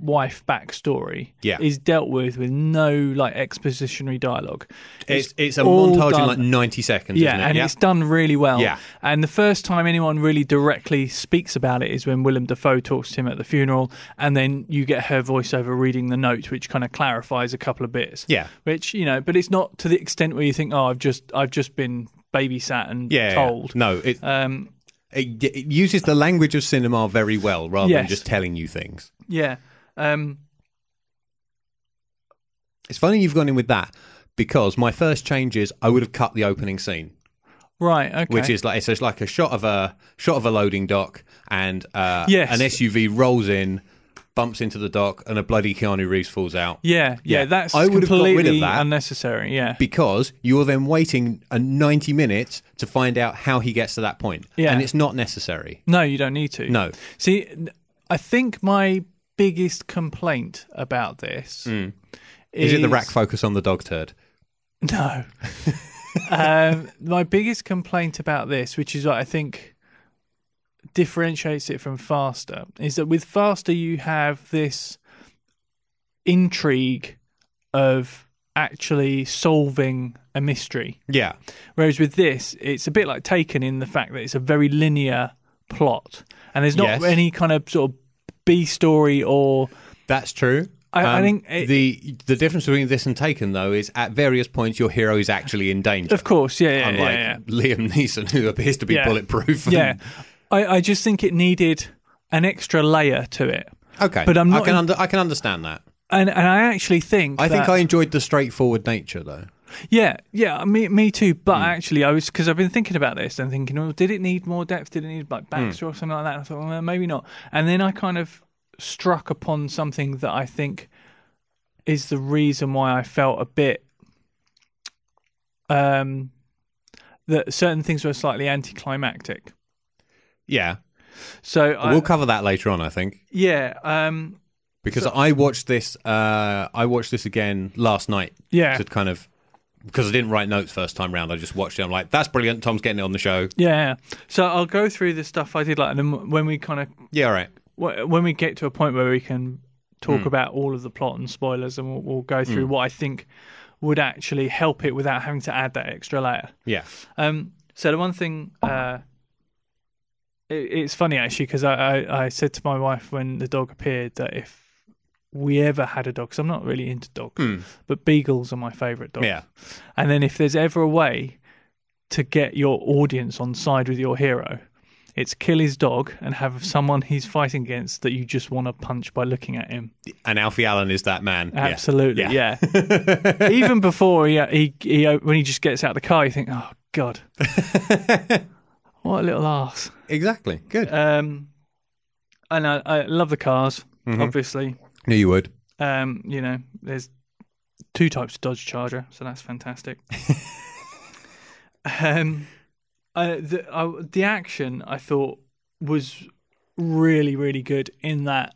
[SPEAKER 2] wife backstory
[SPEAKER 1] Yeah.
[SPEAKER 2] is dealt with with no like expositionary dialogue.
[SPEAKER 1] It's it's a
[SPEAKER 2] all
[SPEAKER 1] montage in
[SPEAKER 2] done-
[SPEAKER 1] like ninety seconds,
[SPEAKER 2] Yeah,
[SPEAKER 1] isn't it?
[SPEAKER 2] and
[SPEAKER 1] yeah.
[SPEAKER 2] it's done really well.
[SPEAKER 1] Yeah.
[SPEAKER 2] And the first time anyone really directly speaks about it is when Willem Dafoe talks to him at the funeral, and then you get her voiceover reading the note, which kind of clarifies a couple of bits.
[SPEAKER 1] Yeah.
[SPEAKER 2] Which you know, but it's not to the extent where you think, oh, I've just I've just been babysat and
[SPEAKER 1] yeah, yeah.
[SPEAKER 2] told.
[SPEAKER 1] No, it,
[SPEAKER 2] Um,
[SPEAKER 1] it it uses the language of cinema very well rather than
[SPEAKER 2] Yes.
[SPEAKER 1] just telling you things.
[SPEAKER 2] yeah. Um,
[SPEAKER 1] It's funny you've gone in with that because my first change is I would have cut the opening scene.
[SPEAKER 2] right. Okay.
[SPEAKER 1] Which is like so it's like a shot of a shot of a loading dock and uh,
[SPEAKER 2] Yes.
[SPEAKER 1] an SUV rolls in, bumps into the dock, and a bloody Keanu Reeves falls out.
[SPEAKER 2] yeah, yeah.
[SPEAKER 1] Yeah.
[SPEAKER 2] That's
[SPEAKER 1] I would have got rid
[SPEAKER 2] completely
[SPEAKER 1] of that.
[SPEAKER 2] unnecessary. Yeah.
[SPEAKER 1] because you're then waiting a 90 minutes to find out how he gets to that point.
[SPEAKER 2] Yeah.
[SPEAKER 1] And it's not necessary.
[SPEAKER 2] No, you don't need to.
[SPEAKER 1] No.
[SPEAKER 2] See, n- I think my biggest complaint about this
[SPEAKER 1] Mm. Is, it the rack focus on the dog turd?
[SPEAKER 2] No. um, my biggest complaint about this, which is what I think differentiates it from Faster, is that with Faster you have this intrigue of actually solving a mystery.
[SPEAKER 1] Yeah.
[SPEAKER 2] Whereas with this, it's a bit like Taken in the fact that it's a very linear plot, and there's not
[SPEAKER 1] Yes.
[SPEAKER 2] any kind of sort of B story or
[SPEAKER 1] That's true. Um,
[SPEAKER 2] I- I think it-
[SPEAKER 1] the the difference between this and Taken though is at various points your hero is actually in danger.
[SPEAKER 2] of course, yeah, yeah,
[SPEAKER 1] unlike
[SPEAKER 2] yeah,
[SPEAKER 1] Liam Neeson who appears to be
[SPEAKER 2] Yeah.
[SPEAKER 1] bulletproof.
[SPEAKER 2] yeah. yeah. I, I just think it needed an extra layer to it,
[SPEAKER 1] Okay.
[SPEAKER 2] But I'm
[SPEAKER 1] I
[SPEAKER 2] not
[SPEAKER 1] can
[SPEAKER 2] in-
[SPEAKER 1] under, I can understand that.
[SPEAKER 2] and and I actually think
[SPEAKER 1] I think
[SPEAKER 2] that-
[SPEAKER 1] I enjoyed the straightforward nature though.
[SPEAKER 2] yeah yeah me me too. But actually, I was because I've been thinking about this and thinking, well, did it need more depth? Did it need like backstory or something like that? And I thought well, maybe not, and then I kind of struck upon something that I think is the reason why I felt a bit um that certain things were slightly anticlimactic.
[SPEAKER 1] Yeah.
[SPEAKER 2] So I,
[SPEAKER 1] we'll cover that later on, I think.
[SPEAKER 2] yeah, um
[SPEAKER 1] because I watched this. Uh, I watched this again last night.
[SPEAKER 2] Yeah.
[SPEAKER 1] to kind of because I didn't write notes first time round. I just watched it. I'm like, that's brilliant. Tom's getting it on the show.
[SPEAKER 2] yeah. So I'll go through the stuff I did like and then when we kind of
[SPEAKER 1] Yeah, all right.
[SPEAKER 2] wh- when we get to a point where we can talk about all of the plot and spoilers, and we'll, we'll go through what I think would actually help it without having to add that extra layer.
[SPEAKER 1] Yeah,
[SPEAKER 2] Um, so the one thing, uh, it, it's funny actually because I, I, I said to my wife when the dog appeared that if we ever had a dog, because I'm not really into dogs, but beagles are my favourite dog.
[SPEAKER 1] yeah,
[SPEAKER 2] And then if there's ever a way to get your audience on side with your hero, it's kill his dog and have someone he's fighting against that you just want to punch by looking at him.
[SPEAKER 1] and Alfie Allen is that man. Yeah.
[SPEAKER 2] Absolutely, yeah. Even before he, he he when he just gets out of the car, you think, oh god, what a little ass.
[SPEAKER 1] exactly. Good.
[SPEAKER 2] Um, and I, I love the cars, obviously.
[SPEAKER 1] Knew you would.
[SPEAKER 2] Um, you know, there's two types of Dodge Charger, so that's fantastic. um, uh, the I, the action I thought was really really good in that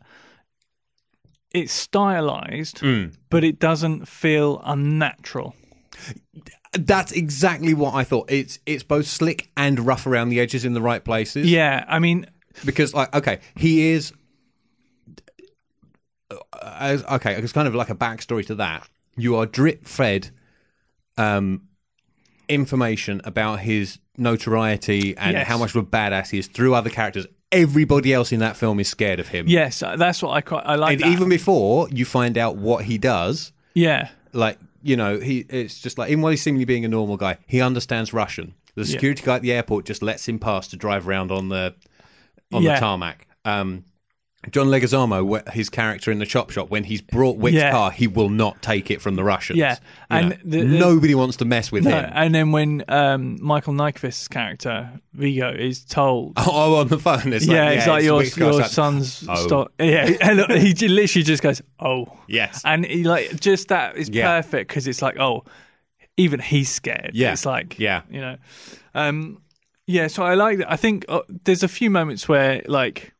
[SPEAKER 2] it's stylized,
[SPEAKER 1] Hmm.
[SPEAKER 2] but it doesn't feel unnatural.
[SPEAKER 1] That's exactly what I thought. It's it's both slick and rough around the edges in the right places.
[SPEAKER 2] Yeah, I mean,
[SPEAKER 1] because like okay he is uh, as okay it's kind of like a backstory to that you are drip fed um, information about his notoriety and
[SPEAKER 2] Yes.
[SPEAKER 1] how much of a badass he is through other characters. Everybody else in that film is scared of him.
[SPEAKER 2] Yes, uh, that's what I quite I like.
[SPEAKER 1] and
[SPEAKER 2] that.
[SPEAKER 1] even before you find out what he does,
[SPEAKER 2] yeah,
[SPEAKER 1] like you know, he it's just like even while he's seemingly being a normal guy, he understands Russian. The security guy at the airport just lets him pass to drive around on the on
[SPEAKER 2] Yeah.
[SPEAKER 1] the tarmac. Um, John Leguizamo, wh- his character in the chop shop, when he's brought Wick's
[SPEAKER 2] Yeah.
[SPEAKER 1] car, he will not take it from the Russians.
[SPEAKER 2] Yeah.
[SPEAKER 1] You
[SPEAKER 2] And
[SPEAKER 1] know,
[SPEAKER 2] the- the-
[SPEAKER 1] nobody wants to mess with
[SPEAKER 2] no,
[SPEAKER 1] him.
[SPEAKER 2] and then when um, Michael Nyqvist's character Vigo is told,
[SPEAKER 1] Oh, on the phone, it's like,
[SPEAKER 2] yeah, it's like your
[SPEAKER 1] Wick's car's
[SPEAKER 2] your
[SPEAKER 1] up.
[SPEAKER 2] son's
[SPEAKER 1] Oh.
[SPEAKER 2] stock. Yeah, and look, he j- literally just goes, oh,
[SPEAKER 1] Yes.
[SPEAKER 2] and he like just that is
[SPEAKER 1] Yeah.
[SPEAKER 2] perfect because it's like, oh, even he's scared.
[SPEAKER 1] Yeah.
[SPEAKER 2] it's like,
[SPEAKER 1] Yeah.
[SPEAKER 2] you know, um, yeah. So I like that. I think uh, there's a few moments where like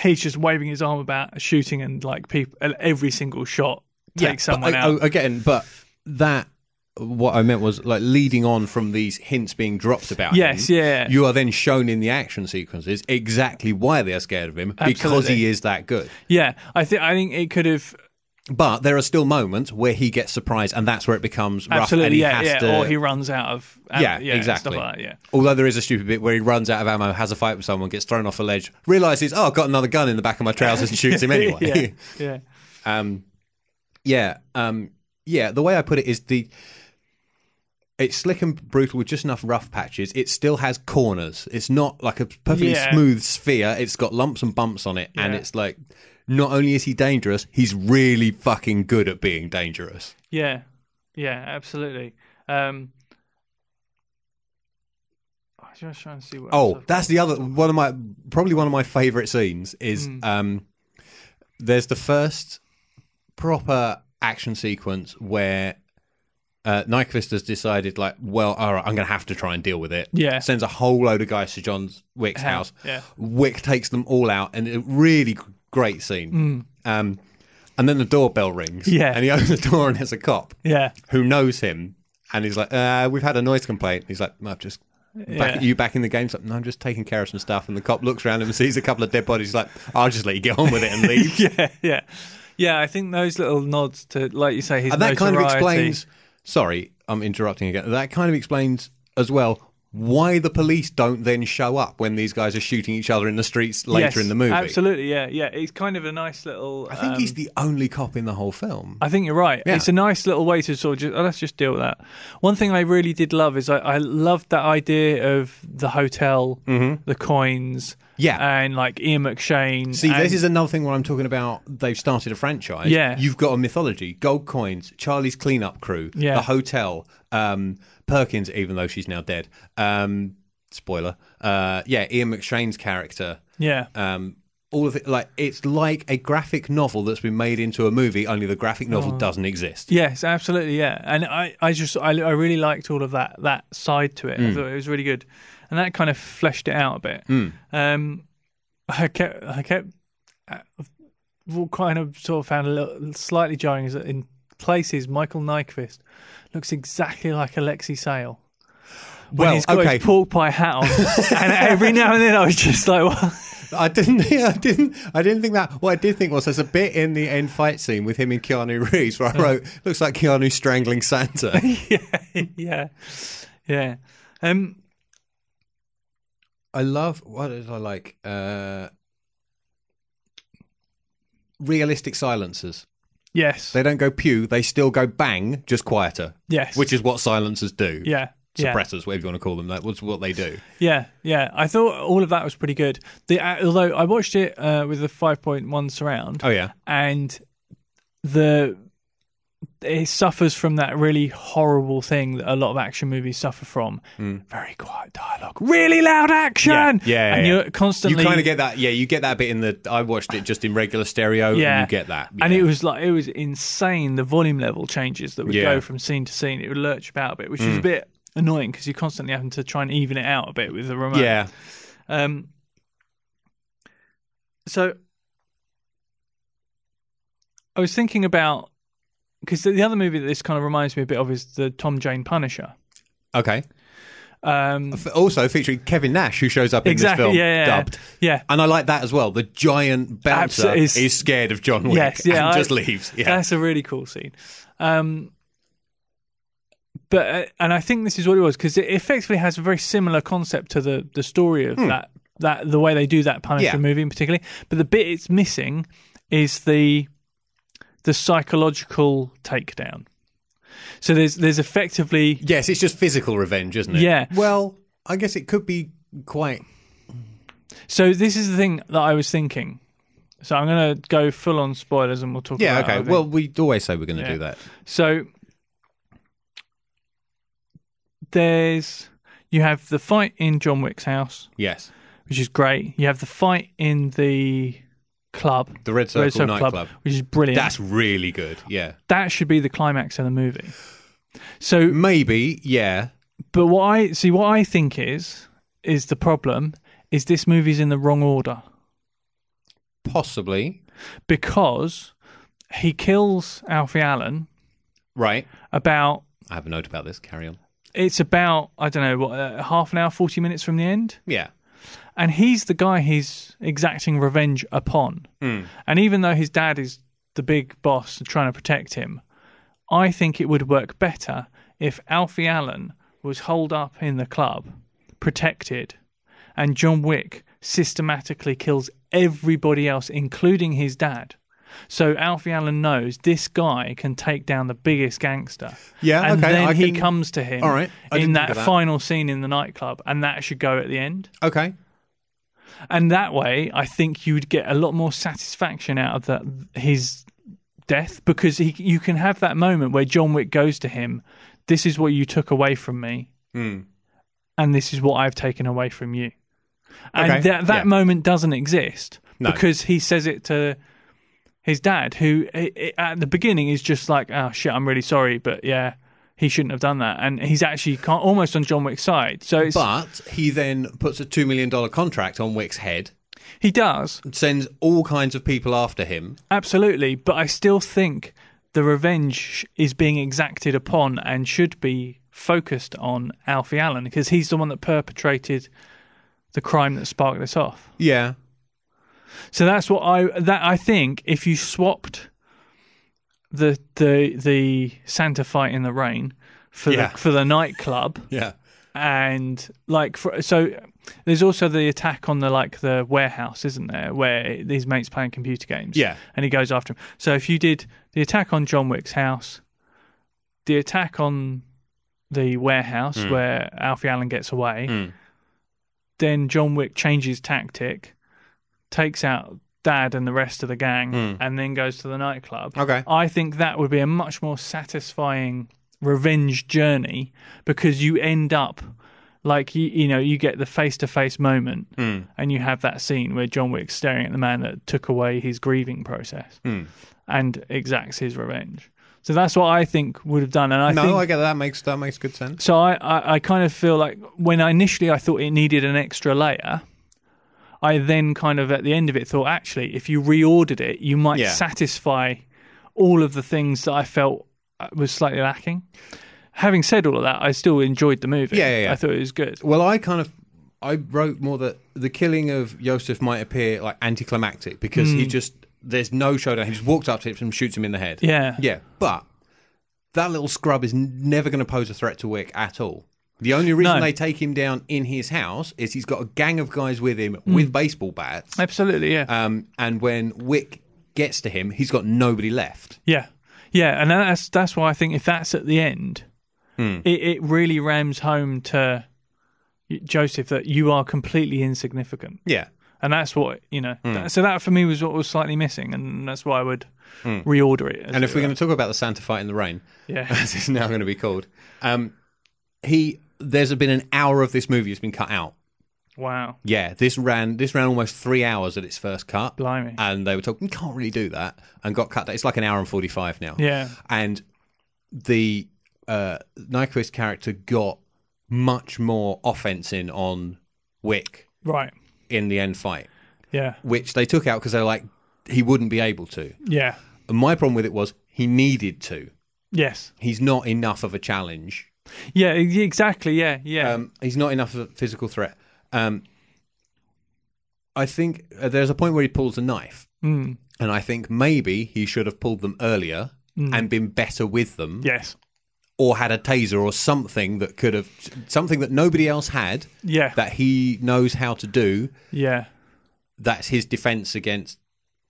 [SPEAKER 2] he's just waving his arm about shooting, and like people, every single shot takes
[SPEAKER 1] but
[SPEAKER 2] someone
[SPEAKER 1] I-
[SPEAKER 2] out.
[SPEAKER 1] I- again, but that what I meant was like leading on from these hints being dropped about
[SPEAKER 2] Yes,
[SPEAKER 1] him.
[SPEAKER 2] yeah.
[SPEAKER 1] You are then shown in the action sequences exactly why they are scared of him because
[SPEAKER 2] Absolutely.
[SPEAKER 1] he is that good.
[SPEAKER 2] Yeah, I think I think it could have
[SPEAKER 1] But there are still moments where he gets surprised, and that's where it becomes rough. and
[SPEAKER 2] absolutely
[SPEAKER 1] he
[SPEAKER 2] yeah
[SPEAKER 1] has
[SPEAKER 2] yeah
[SPEAKER 1] to-
[SPEAKER 2] or he runs out of out-
[SPEAKER 1] Yeah,
[SPEAKER 2] yeah
[SPEAKER 1] exactly.
[SPEAKER 2] stuff like that, yeah
[SPEAKER 1] Although there is a stupid bit where he runs out of ammo, has a fight with someone, gets thrown off a ledge, realizes, oh, I've got another gun in the back of my trousers, and shoots him anyway.
[SPEAKER 2] yeah yeah
[SPEAKER 1] um yeah um yeah the way i put it is the it's slick and brutal with just enough rough patches it still has corners it's not like a perfectly
[SPEAKER 2] Yeah.
[SPEAKER 1] smooth sphere it's got lumps and bumps on it and
[SPEAKER 2] Yeah.
[SPEAKER 1] it's like not only is he dangerous he's really fucking good at being dangerous
[SPEAKER 2] yeah yeah absolutely. Um, I was just trying to see what. else
[SPEAKER 1] oh
[SPEAKER 2] I've
[SPEAKER 1] that's
[SPEAKER 2] got.
[SPEAKER 1] the other one of my probably one of my favorite scenes is
[SPEAKER 2] Hmm.
[SPEAKER 1] um there's the first proper action sequence where uh, Nyquist has decided, like, well, all right, I'm going to have to try and deal with it.
[SPEAKER 2] Yeah.
[SPEAKER 1] Sends a whole load of guys to John Wick's
[SPEAKER 2] House,
[SPEAKER 1] house.
[SPEAKER 2] yeah.
[SPEAKER 1] Wick takes them all out, and a really g- great scene. Um, and then the doorbell rings.
[SPEAKER 2] Hmm. Yeah.
[SPEAKER 1] And he opens the door, and there's a cop
[SPEAKER 2] yeah
[SPEAKER 1] who knows him. And he's like, uh, we've had a noise complaint. He's like, I've just. Back,
[SPEAKER 2] Yeah.
[SPEAKER 1] You back in the game? He's like, no, I'm just taking care of some stuff. And the cop looks around him and sees a couple of dead bodies. He's like, I'll just let you get on with it and leave.
[SPEAKER 2] yeah yeah yeah. I think those little nods to like you say his
[SPEAKER 1] And that kind of
[SPEAKER 2] notoriety-
[SPEAKER 1] explains. Sorry, I'm interrupting again. That kind of explains as well why the police don't then show up when these guys are shooting each other in the streets later
[SPEAKER 2] Yes,
[SPEAKER 1] in the movie.
[SPEAKER 2] Absolutely yeah yeah. It's kind of a nice little. um,
[SPEAKER 1] I think he's the only cop in the whole film.
[SPEAKER 2] I think you're right.
[SPEAKER 1] Yeah.
[SPEAKER 2] It's a nice little way to sort of just, oh, let's just deal with that. One thing I really did love is I, I loved that idea of the hotel, the coins,
[SPEAKER 1] Mm-hmm. Yeah.
[SPEAKER 2] and like Ian McShane.
[SPEAKER 1] See,
[SPEAKER 2] and-
[SPEAKER 1] this is another thing where I'm talking about they've started a franchise.
[SPEAKER 2] Yeah.
[SPEAKER 1] You've got a mythology gold coins, Charlie's cleanup crew,
[SPEAKER 2] Yeah.
[SPEAKER 1] the hotel, um, Perkins, even though she's now dead. Um, spoiler. Uh, yeah, Ian McShane's character.
[SPEAKER 2] yeah,
[SPEAKER 1] um, all of it like it's like a graphic novel that's been made into a movie only the graphic novel
[SPEAKER 2] Oh.
[SPEAKER 1] doesn't exist
[SPEAKER 2] yes, absolutely, yeah. And I, I just, I, I really liked all of that that side to it.
[SPEAKER 1] Mm.
[SPEAKER 2] I thought it was really good, and that kind of fleshed it out a bit. Um, I kept, I kept, uh, kind of sort of found a little slightly jarring is that in places Michael Nyquist looks exactly like Alexi Sale. when
[SPEAKER 1] well
[SPEAKER 2] he's got
[SPEAKER 1] okay
[SPEAKER 2] his pork pie hat on. and every now and then I was just like, well,
[SPEAKER 1] i didn't i didn't i didn't think that what i did think was there's a bit in the end fight scene with him and keanu reeves where i wrote looks like keanu strangling santa
[SPEAKER 2] yeah, yeah. Um,
[SPEAKER 1] i love what did i like uh realistic silences
[SPEAKER 2] yes,
[SPEAKER 1] they don't go pew they still go bang just quieter
[SPEAKER 2] yes,
[SPEAKER 1] which is what silencers do
[SPEAKER 2] yeah, yeah,
[SPEAKER 1] suppressors whatever you want to call them that was what they do
[SPEAKER 2] yeah, yeah. I thought all of that was pretty good. The uh, although I watched it uh, with the five point one surround,
[SPEAKER 1] oh yeah
[SPEAKER 2] and the it suffers from that really horrible thing that a lot of action movies suffer from: very quiet dialogue, really loud action,
[SPEAKER 1] Hmm. yeah, yeah.
[SPEAKER 2] and you're constantly
[SPEAKER 1] You kind of get that. Yeah, you get that bit in the. I watched it just in regular stereo.
[SPEAKER 2] Yeah.
[SPEAKER 1] and you get that.
[SPEAKER 2] And
[SPEAKER 1] yeah.
[SPEAKER 2] it was like it was insane the volume level changes that would
[SPEAKER 1] Yeah. Hmm.
[SPEAKER 2] go from scene to scene. It would lurch about a bit, which is a bit annoying because you're constantly having to try and even it out a bit with the remote.
[SPEAKER 1] Yeah,
[SPEAKER 2] Um. So, I was thinking about because the, the other movie that this kind of reminds me a bit of is the Tom Jane Punisher.
[SPEAKER 1] okay.
[SPEAKER 2] Um.
[SPEAKER 1] F- Also featuring Kevin Nash, who shows up in
[SPEAKER 2] Exactly.
[SPEAKER 1] this film,
[SPEAKER 2] yeah. Yeah.
[SPEAKER 1] dubbed.
[SPEAKER 2] Yeah.
[SPEAKER 1] And I like that as well. The giant bouncer
[SPEAKER 2] Absolutely. It's-
[SPEAKER 1] is scared of John Wick
[SPEAKER 2] Yes, yeah,
[SPEAKER 1] and
[SPEAKER 2] I-
[SPEAKER 1] just leaves. Yeah,
[SPEAKER 2] That's a really cool scene. Um, but uh, and I think this is what it was because it effectively has a very similar concept to the the story of that that the way they do that Punisher
[SPEAKER 1] Hmm. Yeah.
[SPEAKER 2] movie in particular. But the bit it's missing is the the psychological takedown. So there's there's effectively
[SPEAKER 1] Yes, it's just physical revenge, isn't it?
[SPEAKER 2] Yeah.
[SPEAKER 1] Well, I guess it could be quite.
[SPEAKER 2] so this is the thing that I was thinking. So I'm going to go full on spoilers and we'll talk.
[SPEAKER 1] Yeah.
[SPEAKER 2] about it, I
[SPEAKER 1] Okay.
[SPEAKER 2] think.
[SPEAKER 1] Well, we always say we're going to
[SPEAKER 2] Yeah.
[SPEAKER 1] do that.
[SPEAKER 2] So there's you have the fight in John Wick's house,
[SPEAKER 1] Yes.
[SPEAKER 2] which is great. You have the fight in the club,
[SPEAKER 1] The Red Circle,
[SPEAKER 2] Red Circle
[SPEAKER 1] nightclub.
[SPEAKER 2] which is brilliant.
[SPEAKER 1] That's really good. Yeah.
[SPEAKER 2] that should be the climax of the movie. So,
[SPEAKER 1] Maybe. Yeah.
[SPEAKER 2] but what I see, what I think is is the problem is this movie's in the wrong order
[SPEAKER 1] Possibly.
[SPEAKER 2] because he kills Alfie Allen
[SPEAKER 1] Right.
[SPEAKER 2] about
[SPEAKER 1] I have a note about this. Carry on.
[SPEAKER 2] it's about I don't know what uh, half an hour, forty minutes from the end.
[SPEAKER 1] Yeah.
[SPEAKER 2] and he's the guy he's exacting revenge upon.
[SPEAKER 1] Hmm.
[SPEAKER 2] And even though his dad is the big boss and trying to protect him, I think it would work better if Alfie Allen was holed up in the club, protected, and John Wick systematically kills everybody else, including his dad. So Alfie Allen knows this guy can take down the biggest gangster.
[SPEAKER 1] Yeah,
[SPEAKER 2] and
[SPEAKER 1] okay,
[SPEAKER 2] then
[SPEAKER 1] I
[SPEAKER 2] he
[SPEAKER 1] can-
[SPEAKER 2] comes to him
[SPEAKER 1] All right, I
[SPEAKER 2] in
[SPEAKER 1] didn't think
[SPEAKER 2] that,
[SPEAKER 1] of that.
[SPEAKER 2] final scene in the nightclub, and that should go at the end.
[SPEAKER 1] Okay.
[SPEAKER 2] And that way, I think you'd get a lot more satisfaction out of that his death because he, you can have that moment where John Wick goes to him, "This is what you took away from me,
[SPEAKER 1] Hmm.
[SPEAKER 2] and this is what I've taken away from you." And
[SPEAKER 1] Okay,
[SPEAKER 2] that that
[SPEAKER 1] yeah.
[SPEAKER 2] moment doesn't exist
[SPEAKER 1] No.
[SPEAKER 2] because he says it to his dad, who i- i- at the beginning is just like, "Oh shit, I'm really sorry, but yeah." He shouldn't have done that, and he's actually ca- almost on John Wick's side. So it's,
[SPEAKER 1] But he then puts a two million dollar contract on Wick's head,
[SPEAKER 2] he does,
[SPEAKER 1] sends all kinds of people after him.
[SPEAKER 2] Absolutely, but I still think the revenge is being exacted upon and should be focused on Alfie Allen because he's the one that perpetrated the crime that sparked this off.
[SPEAKER 1] Yeah.
[SPEAKER 2] So that's what I that I think if you swapped the the the Santa fight in the rain for
[SPEAKER 1] Yeah.
[SPEAKER 2] the for the nightclub
[SPEAKER 1] Yeah.
[SPEAKER 2] and like for, so there's also the attack on the like the warehouse isn't there where these mates playing computer games
[SPEAKER 1] Yeah.
[SPEAKER 2] and he goes after him so if you did the attack on john wick's house the attack on the warehouse where alfie allen gets away then john wick changes tactic takes out dad and the rest of the gang and then goes to the nightclub
[SPEAKER 1] Hmm. Okay.
[SPEAKER 2] I think that would be a much more satisfying revenge journey because you end up like you, you know you get the face to face moment
[SPEAKER 1] Hmm.
[SPEAKER 2] and you have that scene where John Wick's staring at the man that took away his grieving process
[SPEAKER 1] Hmm.
[SPEAKER 2] and exacts his revenge. So that's what I think would have done, and I
[SPEAKER 1] no,
[SPEAKER 2] think
[SPEAKER 1] I get that. that makes that makes good sense.
[SPEAKER 2] so I, I, I kind of feel like when I initially I thought it needed an extra layer, I then kind of at the end of it thought actually if you reordered it, you might
[SPEAKER 1] Yeah.
[SPEAKER 2] satisfy all of the things that I felt uh, was slightly lacking. Having said all of that, I still enjoyed the movie.
[SPEAKER 1] Yeah, yeah, yeah.
[SPEAKER 2] I thought it was good.
[SPEAKER 1] Well, I kind of I wrote more that the killing of Yosef might appear like anticlimactic because
[SPEAKER 2] Hmm.
[SPEAKER 1] he just there's no showdown. He just walks up to him and shoots him in the head.
[SPEAKER 2] Yeah.
[SPEAKER 1] yeah. But that little scrub is n- never going to pose a threat to Wick at all. The only reason
[SPEAKER 2] No.
[SPEAKER 1] they take him down in his house is he's got a gang of guys with him
[SPEAKER 2] Hmm.
[SPEAKER 1] with baseball bats.
[SPEAKER 2] Absolutely, yeah.
[SPEAKER 1] Um, and when Wick gets to him, he's got nobody left.
[SPEAKER 2] Yeah, yeah, and that's that's why I think if that's at the end,
[SPEAKER 1] Hmm.
[SPEAKER 2] it, it really rams home to Joseph that you are completely insignificant,
[SPEAKER 1] Yeah.
[SPEAKER 2] and that's what you know. that- so that for me was what was slightly missing, and that's why I would reorder it. as
[SPEAKER 1] And if
[SPEAKER 2] it
[SPEAKER 1] we're
[SPEAKER 2] were.
[SPEAKER 1] going to talk about the Santa fight in the rain,
[SPEAKER 2] yeah,
[SPEAKER 1] as it's now going to be called. Um, he there's been an hour of this movie has been cut out.
[SPEAKER 2] wow,
[SPEAKER 1] Yeah, this ran this ran almost three hours at its first cut,
[SPEAKER 2] blimey,
[SPEAKER 1] and they were talking can't really do that, and got cut. down. It's like an hour and forty five now.
[SPEAKER 2] yeah,
[SPEAKER 1] and the uh, Nyquist character got much more offense in on Wick
[SPEAKER 2] right,
[SPEAKER 1] in the end fight,
[SPEAKER 2] yeah,
[SPEAKER 1] which they took out because they're like he wouldn't be able to.
[SPEAKER 2] yeah,
[SPEAKER 1] And my problem with it was he needed to.
[SPEAKER 2] yes,
[SPEAKER 1] He's not enough of a challenge
[SPEAKER 2] yeah, e- exactly, yeah, yeah,
[SPEAKER 1] Um, he's not enough of a physical threat. Um, I think uh, there's a point where he pulls a knife,
[SPEAKER 2] Mm. Hmm.
[SPEAKER 1] and I think maybe he should have pulled them earlier and been better with them
[SPEAKER 2] yes,
[SPEAKER 1] or had a taser or something that could have something that nobody else had
[SPEAKER 2] Yeah.
[SPEAKER 1] that he knows how to do.
[SPEAKER 2] yeah.
[SPEAKER 1] That's his defense against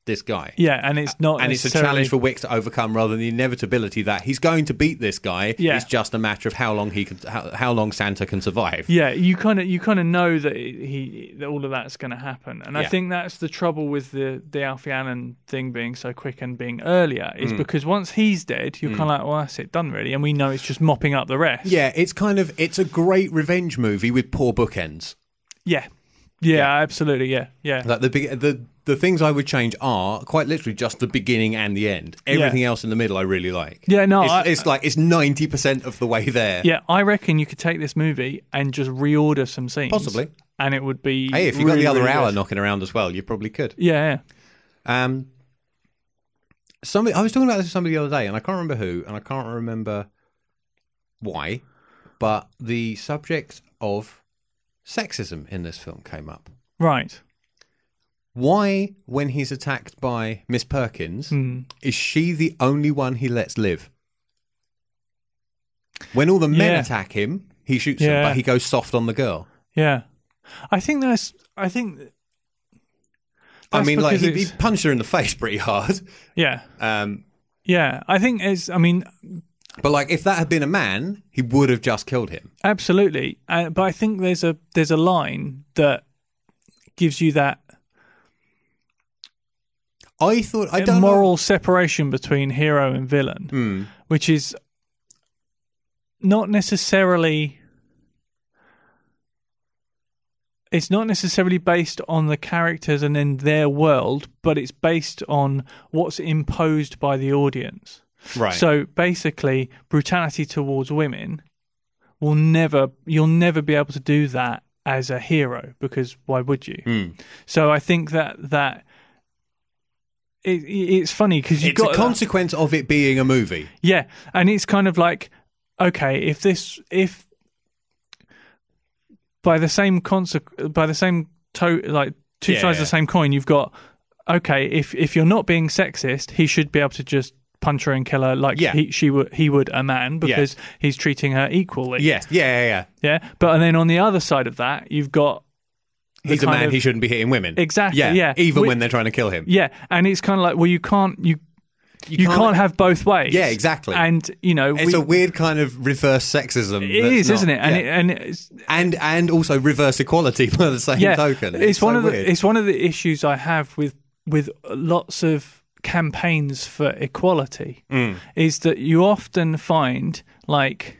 [SPEAKER 1] this guy.
[SPEAKER 2] Yeah. And it's not.
[SPEAKER 1] And it's a
[SPEAKER 2] necessarily-
[SPEAKER 1] challenge for Wick to overcome rather than the inevitability that he's going to beat this guy.
[SPEAKER 2] Yeah.
[SPEAKER 1] It's just a matter of how long he can, how, how long Santa can survive.
[SPEAKER 2] Yeah, you kind of you kind of know that he that all of that's going to happen, and I
[SPEAKER 1] Yeah.
[SPEAKER 2] think that's the trouble with the the Alfie Allen thing being so quick and being earlier is
[SPEAKER 1] Hmm.
[SPEAKER 2] because once he's dead, you're kind of like, well, that's it done really, and we know it's just mopping up the rest.
[SPEAKER 1] Yeah, it's kind of it's a great revenge movie with poor bookends.
[SPEAKER 2] yeah, yeah, absolutely, yeah, yeah,
[SPEAKER 1] Like the big, the the things I would change are quite literally just the beginning and the end. Everything else in the middle, I really like.
[SPEAKER 2] Yeah, no,
[SPEAKER 1] it's,
[SPEAKER 2] I-
[SPEAKER 1] it's like it's ninety percent of the way there.
[SPEAKER 2] yeah. I reckon you could take this movie and just reorder some scenes,
[SPEAKER 1] Possibly.
[SPEAKER 2] and it would be
[SPEAKER 1] Hey, if you got
[SPEAKER 2] really,
[SPEAKER 1] the other
[SPEAKER 2] really
[SPEAKER 1] hour
[SPEAKER 2] good.
[SPEAKER 1] knocking around as well, you probably could.
[SPEAKER 2] yeah,
[SPEAKER 1] Um, somebody, I was talking about this with somebody the other day, and I can't remember who, and I can't remember why, but the subject of sexism in this film came up.
[SPEAKER 2] right,
[SPEAKER 1] Why, when he's attacked by Miss Perkins,
[SPEAKER 2] Hmm.
[SPEAKER 1] is she the only one he lets live? When all the men
[SPEAKER 2] Yeah.
[SPEAKER 1] attack him, he shoots
[SPEAKER 2] Yeah.
[SPEAKER 1] them, but he goes soft on the girl.
[SPEAKER 2] yeah. I think that's I think
[SPEAKER 1] I
[SPEAKER 2] That's
[SPEAKER 1] mean, like
[SPEAKER 2] because
[SPEAKER 1] he, he
[SPEAKER 2] it's-
[SPEAKER 1] punched her in the face pretty hard.
[SPEAKER 2] yeah,
[SPEAKER 1] Um,
[SPEAKER 2] yeah. I think it's I mean
[SPEAKER 1] but like, if that had been a man, he would have just killed him.
[SPEAKER 2] Absolutely, uh, but I think there's a there's a line that gives you that
[SPEAKER 1] I thought I don't
[SPEAKER 2] moral separation between hero and villain, which is not necessarily. It's not necessarily based on the characters and in their world, but it's based on what's imposed by the audience.
[SPEAKER 1] know. right.
[SPEAKER 2] So basically, brutality towards women will never, you'll never be able to do that as a hero because why would you?
[SPEAKER 1] Hmm.
[SPEAKER 2] So I think that that it, it's funny because you
[SPEAKER 1] it's
[SPEAKER 2] got
[SPEAKER 1] a consequence of it being a movie.
[SPEAKER 2] yeah, and it's kind of like okay, if this if by the same conse- by the same to like two
[SPEAKER 1] Yeah,
[SPEAKER 2] sides
[SPEAKER 1] yeah.
[SPEAKER 2] of the same coin, you've got okay, if if you're not being sexist, he should be able to just punch her and kill her like
[SPEAKER 1] Yeah.
[SPEAKER 2] he she would he would a man
[SPEAKER 1] Yeah.
[SPEAKER 2] because he's treating her equally.
[SPEAKER 1] Yes. Yeah. Yeah. yeah.
[SPEAKER 2] Yeah. But then on the other side of that, you've got the
[SPEAKER 1] He's a
[SPEAKER 2] kind
[SPEAKER 1] man.
[SPEAKER 2] of-
[SPEAKER 1] he shouldn't be hitting women.
[SPEAKER 2] Exactly,
[SPEAKER 1] Yeah.
[SPEAKER 2] yeah.
[SPEAKER 1] Even
[SPEAKER 2] We-
[SPEAKER 1] when they're trying to kill him.
[SPEAKER 2] yeah, and it's kind of like well, you can't you you, can't,
[SPEAKER 1] can't-
[SPEAKER 2] have both ways.
[SPEAKER 1] Yeah, exactly.
[SPEAKER 2] And you know,
[SPEAKER 1] It's
[SPEAKER 2] we-
[SPEAKER 1] a weird kind of reverse sexism.
[SPEAKER 2] it
[SPEAKER 1] that's
[SPEAKER 2] is,
[SPEAKER 1] not-
[SPEAKER 2] isn't it? And
[SPEAKER 1] yeah.
[SPEAKER 2] it, and it's,
[SPEAKER 1] and and also reverse equality by the same token.
[SPEAKER 2] It's,
[SPEAKER 1] so
[SPEAKER 2] one of
[SPEAKER 1] weird.
[SPEAKER 2] the it's one of the issues I have with with lots of campaigns for equality is that you often find like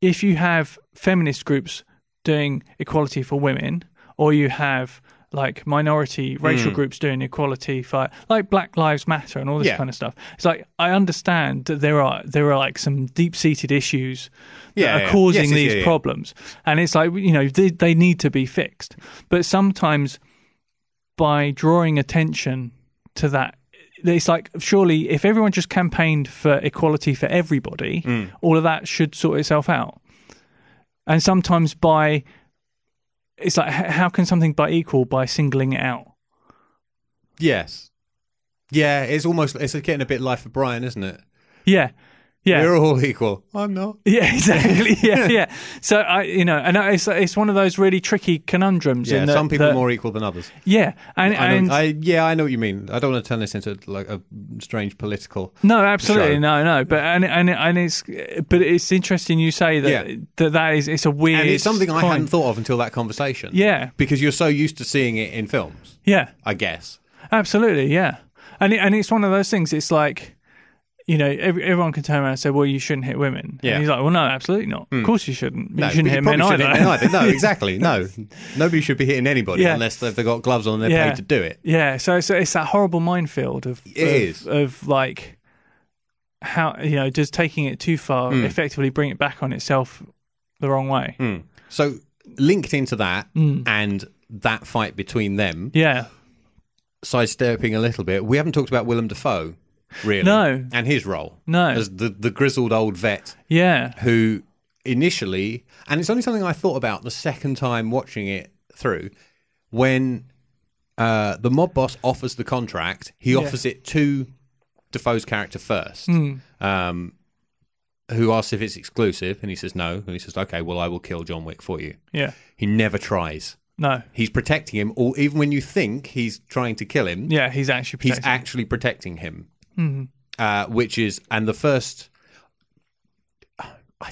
[SPEAKER 2] if you have feminist groups doing equality for women or you have like minority racial groups doing equality for like black lives matter and all this
[SPEAKER 1] Yeah.
[SPEAKER 2] kind of stuff it's like i understand that there are there are like some deep-seated issues that
[SPEAKER 1] Yeah,
[SPEAKER 2] are
[SPEAKER 1] yeah.
[SPEAKER 2] causing
[SPEAKER 1] Yes, yes,
[SPEAKER 2] these
[SPEAKER 1] yeah, yeah.
[SPEAKER 2] problems and it's like you know they, they need to be fixed but sometimes by drawing attention to that it's like surely if everyone just campaigned for equality for everybody
[SPEAKER 1] Mm.
[SPEAKER 2] all of that should sort itself out and sometimes by it's like h- how can something by equal by singling it out
[SPEAKER 1] yes, yeah. It's almost it's getting a bit life of Brian, isn't it?
[SPEAKER 2] yeah yeah
[SPEAKER 1] We're all equal. I'm not.
[SPEAKER 2] yeah exactly yeah yeah so i you know and I- it's it's one of those really tricky conundrums
[SPEAKER 1] Yeah,
[SPEAKER 2] in that,
[SPEAKER 1] some people
[SPEAKER 2] that-
[SPEAKER 1] are more equal than others.
[SPEAKER 2] yeah and,
[SPEAKER 1] I,
[SPEAKER 2] and
[SPEAKER 1] know, I yeah, I know what you mean. I don't want to turn this into like a strange political.
[SPEAKER 2] No, absolutely,
[SPEAKER 1] show.
[SPEAKER 2] no, no. But and and and it's but it's interesting you say that
[SPEAKER 1] Yeah.
[SPEAKER 2] that that is it's a weird
[SPEAKER 1] And it's something I
[SPEAKER 2] coin.
[SPEAKER 1] hadn't thought of until that conversation.
[SPEAKER 2] Yeah.
[SPEAKER 1] because you're so used to seeing it in films,
[SPEAKER 2] Yeah,
[SPEAKER 1] I guess.
[SPEAKER 2] absolutely, yeah. And it, and it's one of those things. It's like you know, every, everyone can turn around and say, "Well, you shouldn't hit women."
[SPEAKER 1] Yeah. Hmm.
[SPEAKER 2] And he's like, "Well, no, absolutely not. Of course you shouldn't.
[SPEAKER 1] No,
[SPEAKER 2] you shouldn't
[SPEAKER 1] but
[SPEAKER 2] hit men
[SPEAKER 1] probably
[SPEAKER 2] either."
[SPEAKER 1] shouldn't hit men either. No, exactly. No, nobody should be hitting anybody
[SPEAKER 2] Yeah.
[SPEAKER 1] unless they've they've got gloves on and they're
[SPEAKER 2] Yeah.
[SPEAKER 1] paid to do it.
[SPEAKER 2] yeah, so so it's that horrible minefield of
[SPEAKER 1] It
[SPEAKER 2] of,
[SPEAKER 1] is.
[SPEAKER 2] of like how you know just taking it too far
[SPEAKER 1] Hmm.
[SPEAKER 2] effectively bring it back on itself the wrong way.
[SPEAKER 1] So linked into that
[SPEAKER 2] Mm.
[SPEAKER 1] and that fight between them,
[SPEAKER 2] Yeah,
[SPEAKER 1] sidestepping a little bit, we haven't talked about Willem Dafoe, really.
[SPEAKER 2] No.
[SPEAKER 1] And his role.
[SPEAKER 2] No.
[SPEAKER 1] As the, the grizzled old vet
[SPEAKER 2] yeah,
[SPEAKER 1] who initially, and it's only something I thought about the second time watching it through, when uh, the mob boss offers the contract, he offers it to Defoe's character first, um, who asks if it's exclusive, and he says no, and he says, "Okay, well, I will kill John Wick for you."
[SPEAKER 2] Yeah.
[SPEAKER 1] He never tries.
[SPEAKER 2] No.
[SPEAKER 1] He's protecting him, or even when you think he's trying to kill him,
[SPEAKER 2] Yeah, he's actually
[SPEAKER 1] he's
[SPEAKER 2] protected.
[SPEAKER 1] actually protecting him,
[SPEAKER 2] Mm-hmm.
[SPEAKER 1] uh, which is and the first,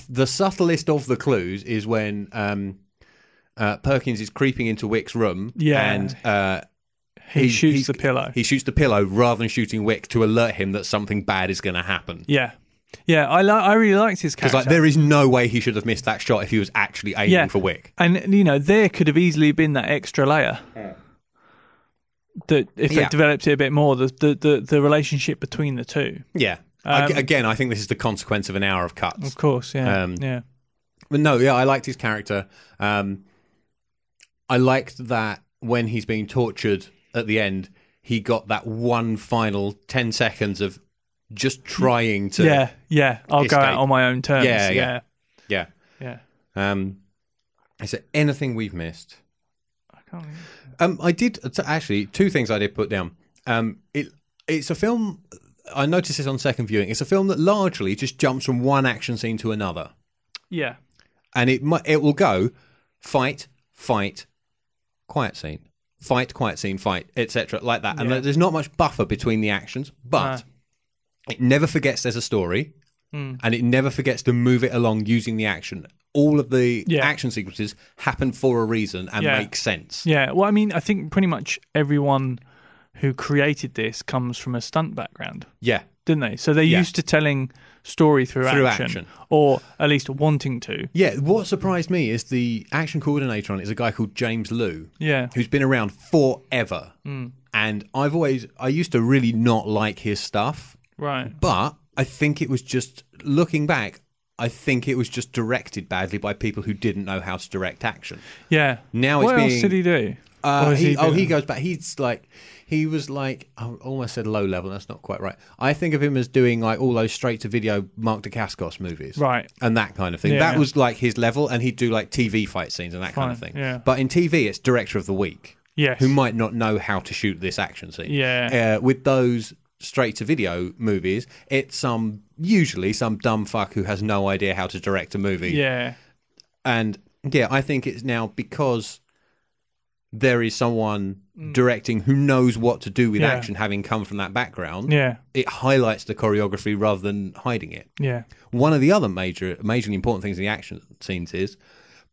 [SPEAKER 1] the subtlest of the clues is when um, uh, Perkins is creeping into Wick's room,
[SPEAKER 2] Yeah.
[SPEAKER 1] and uh,
[SPEAKER 2] he,
[SPEAKER 1] he-
[SPEAKER 2] shoots
[SPEAKER 1] he's-
[SPEAKER 2] the pillow.
[SPEAKER 1] he shoots the pillow rather than shooting Wick to alert him that something bad is going to happen.
[SPEAKER 2] yeah. Yeah, I li- I really liked his
[SPEAKER 1] It's
[SPEAKER 2] character.
[SPEAKER 1] like there is no way he should have missed that shot if he was actually aiming
[SPEAKER 2] Yeah.
[SPEAKER 1] for Wick.
[SPEAKER 2] and you know, there could have easily been that extra layer. That if
[SPEAKER 1] Hmm. Yeah.
[SPEAKER 2] they developed it a bit more, the the, the, the relationship between the two,
[SPEAKER 1] Yeah. I-
[SPEAKER 2] Um,
[SPEAKER 1] again, I think this is the consequence of an hour of cuts.
[SPEAKER 2] of course, yeah,
[SPEAKER 1] Um,
[SPEAKER 2] yeah,
[SPEAKER 1] But no, yeah, I liked his character. Um, I liked that when he's being tortured at the end, he got that one final 10 seconds of just trying to.
[SPEAKER 2] yeah, yeah. I'll go
[SPEAKER 1] escape.
[SPEAKER 2] out on my own terms.
[SPEAKER 1] Yeah,
[SPEAKER 2] Yeah,
[SPEAKER 1] yeah.
[SPEAKER 2] yeah,
[SPEAKER 1] Yeah. Um, is there anything we've missed?
[SPEAKER 2] I can't remember.
[SPEAKER 1] Um, I did t- actually two things I did put down. Um, it it's a film. I noticed this on second viewing. It's a film that largely just jumps from one action scene to another,
[SPEAKER 2] Yeah,
[SPEAKER 1] and it mu- it will go fight, fight, quiet scene, fight, quiet scene, fight, etc. Like that, and
[SPEAKER 2] Yeah.
[SPEAKER 1] there's not much buffer between the actions, but.
[SPEAKER 2] No.
[SPEAKER 1] It never forgets there's a story,
[SPEAKER 2] Hmm.
[SPEAKER 1] and it never forgets to move it along using the action. All of the
[SPEAKER 2] Yeah.
[SPEAKER 1] action sequences happen for a reason and
[SPEAKER 2] Yeah.
[SPEAKER 1] make sense.
[SPEAKER 2] yeah. Well, I mean, I think pretty much everyone who created this comes from a stunt background.
[SPEAKER 1] Yeah,
[SPEAKER 2] didn't they? So they're
[SPEAKER 1] Yeah.
[SPEAKER 2] used to telling story through,
[SPEAKER 1] Through
[SPEAKER 2] action,
[SPEAKER 1] action.
[SPEAKER 2] or at least wanting to.
[SPEAKER 1] Yeah, what surprised me is the action coordinator on it is a guy called James Liu,
[SPEAKER 2] Yeah, Hmm.
[SPEAKER 1] who's been around forever. And I've always, I used to really not like his stuff,
[SPEAKER 2] right.
[SPEAKER 1] but I think it was just, looking back, I think it was just directed badly by people who didn't know how to direct action.
[SPEAKER 2] Yeah.
[SPEAKER 1] Now it's
[SPEAKER 2] what else
[SPEAKER 1] being-
[SPEAKER 2] did he do?
[SPEAKER 1] Uh,
[SPEAKER 2] Or is
[SPEAKER 1] he, oh,
[SPEAKER 2] doing-
[SPEAKER 1] he goes back. He's like, he was like, I almost said low level. That's not quite right. I think of him as doing like all those straight to video Mark Dacascos movies,
[SPEAKER 2] Right.
[SPEAKER 1] and that kind of thing.
[SPEAKER 2] Yeah,
[SPEAKER 1] that
[SPEAKER 2] yeah.
[SPEAKER 1] was like his level, and he'd do like TV fight scenes and that kind of
[SPEAKER 2] Fine,
[SPEAKER 1] thing.
[SPEAKER 2] yeah.
[SPEAKER 1] But in TV, it's director of the week
[SPEAKER 2] Yes.
[SPEAKER 1] who might not know how to shoot this action scene.
[SPEAKER 2] Yeah.
[SPEAKER 1] Uh, with those straight to video movies, it's some usually some dumb fuck who has no idea how to direct a movie
[SPEAKER 2] yeah.
[SPEAKER 1] and yeah, I think it's now because there is someone directing who knows what to do with
[SPEAKER 2] Mm. Yeah.
[SPEAKER 1] action, having come from that background.
[SPEAKER 2] Yeah.
[SPEAKER 1] It highlights the choreography rather than hiding it.
[SPEAKER 2] Yeah.
[SPEAKER 1] One of the other major, majorly important things in the action scenes is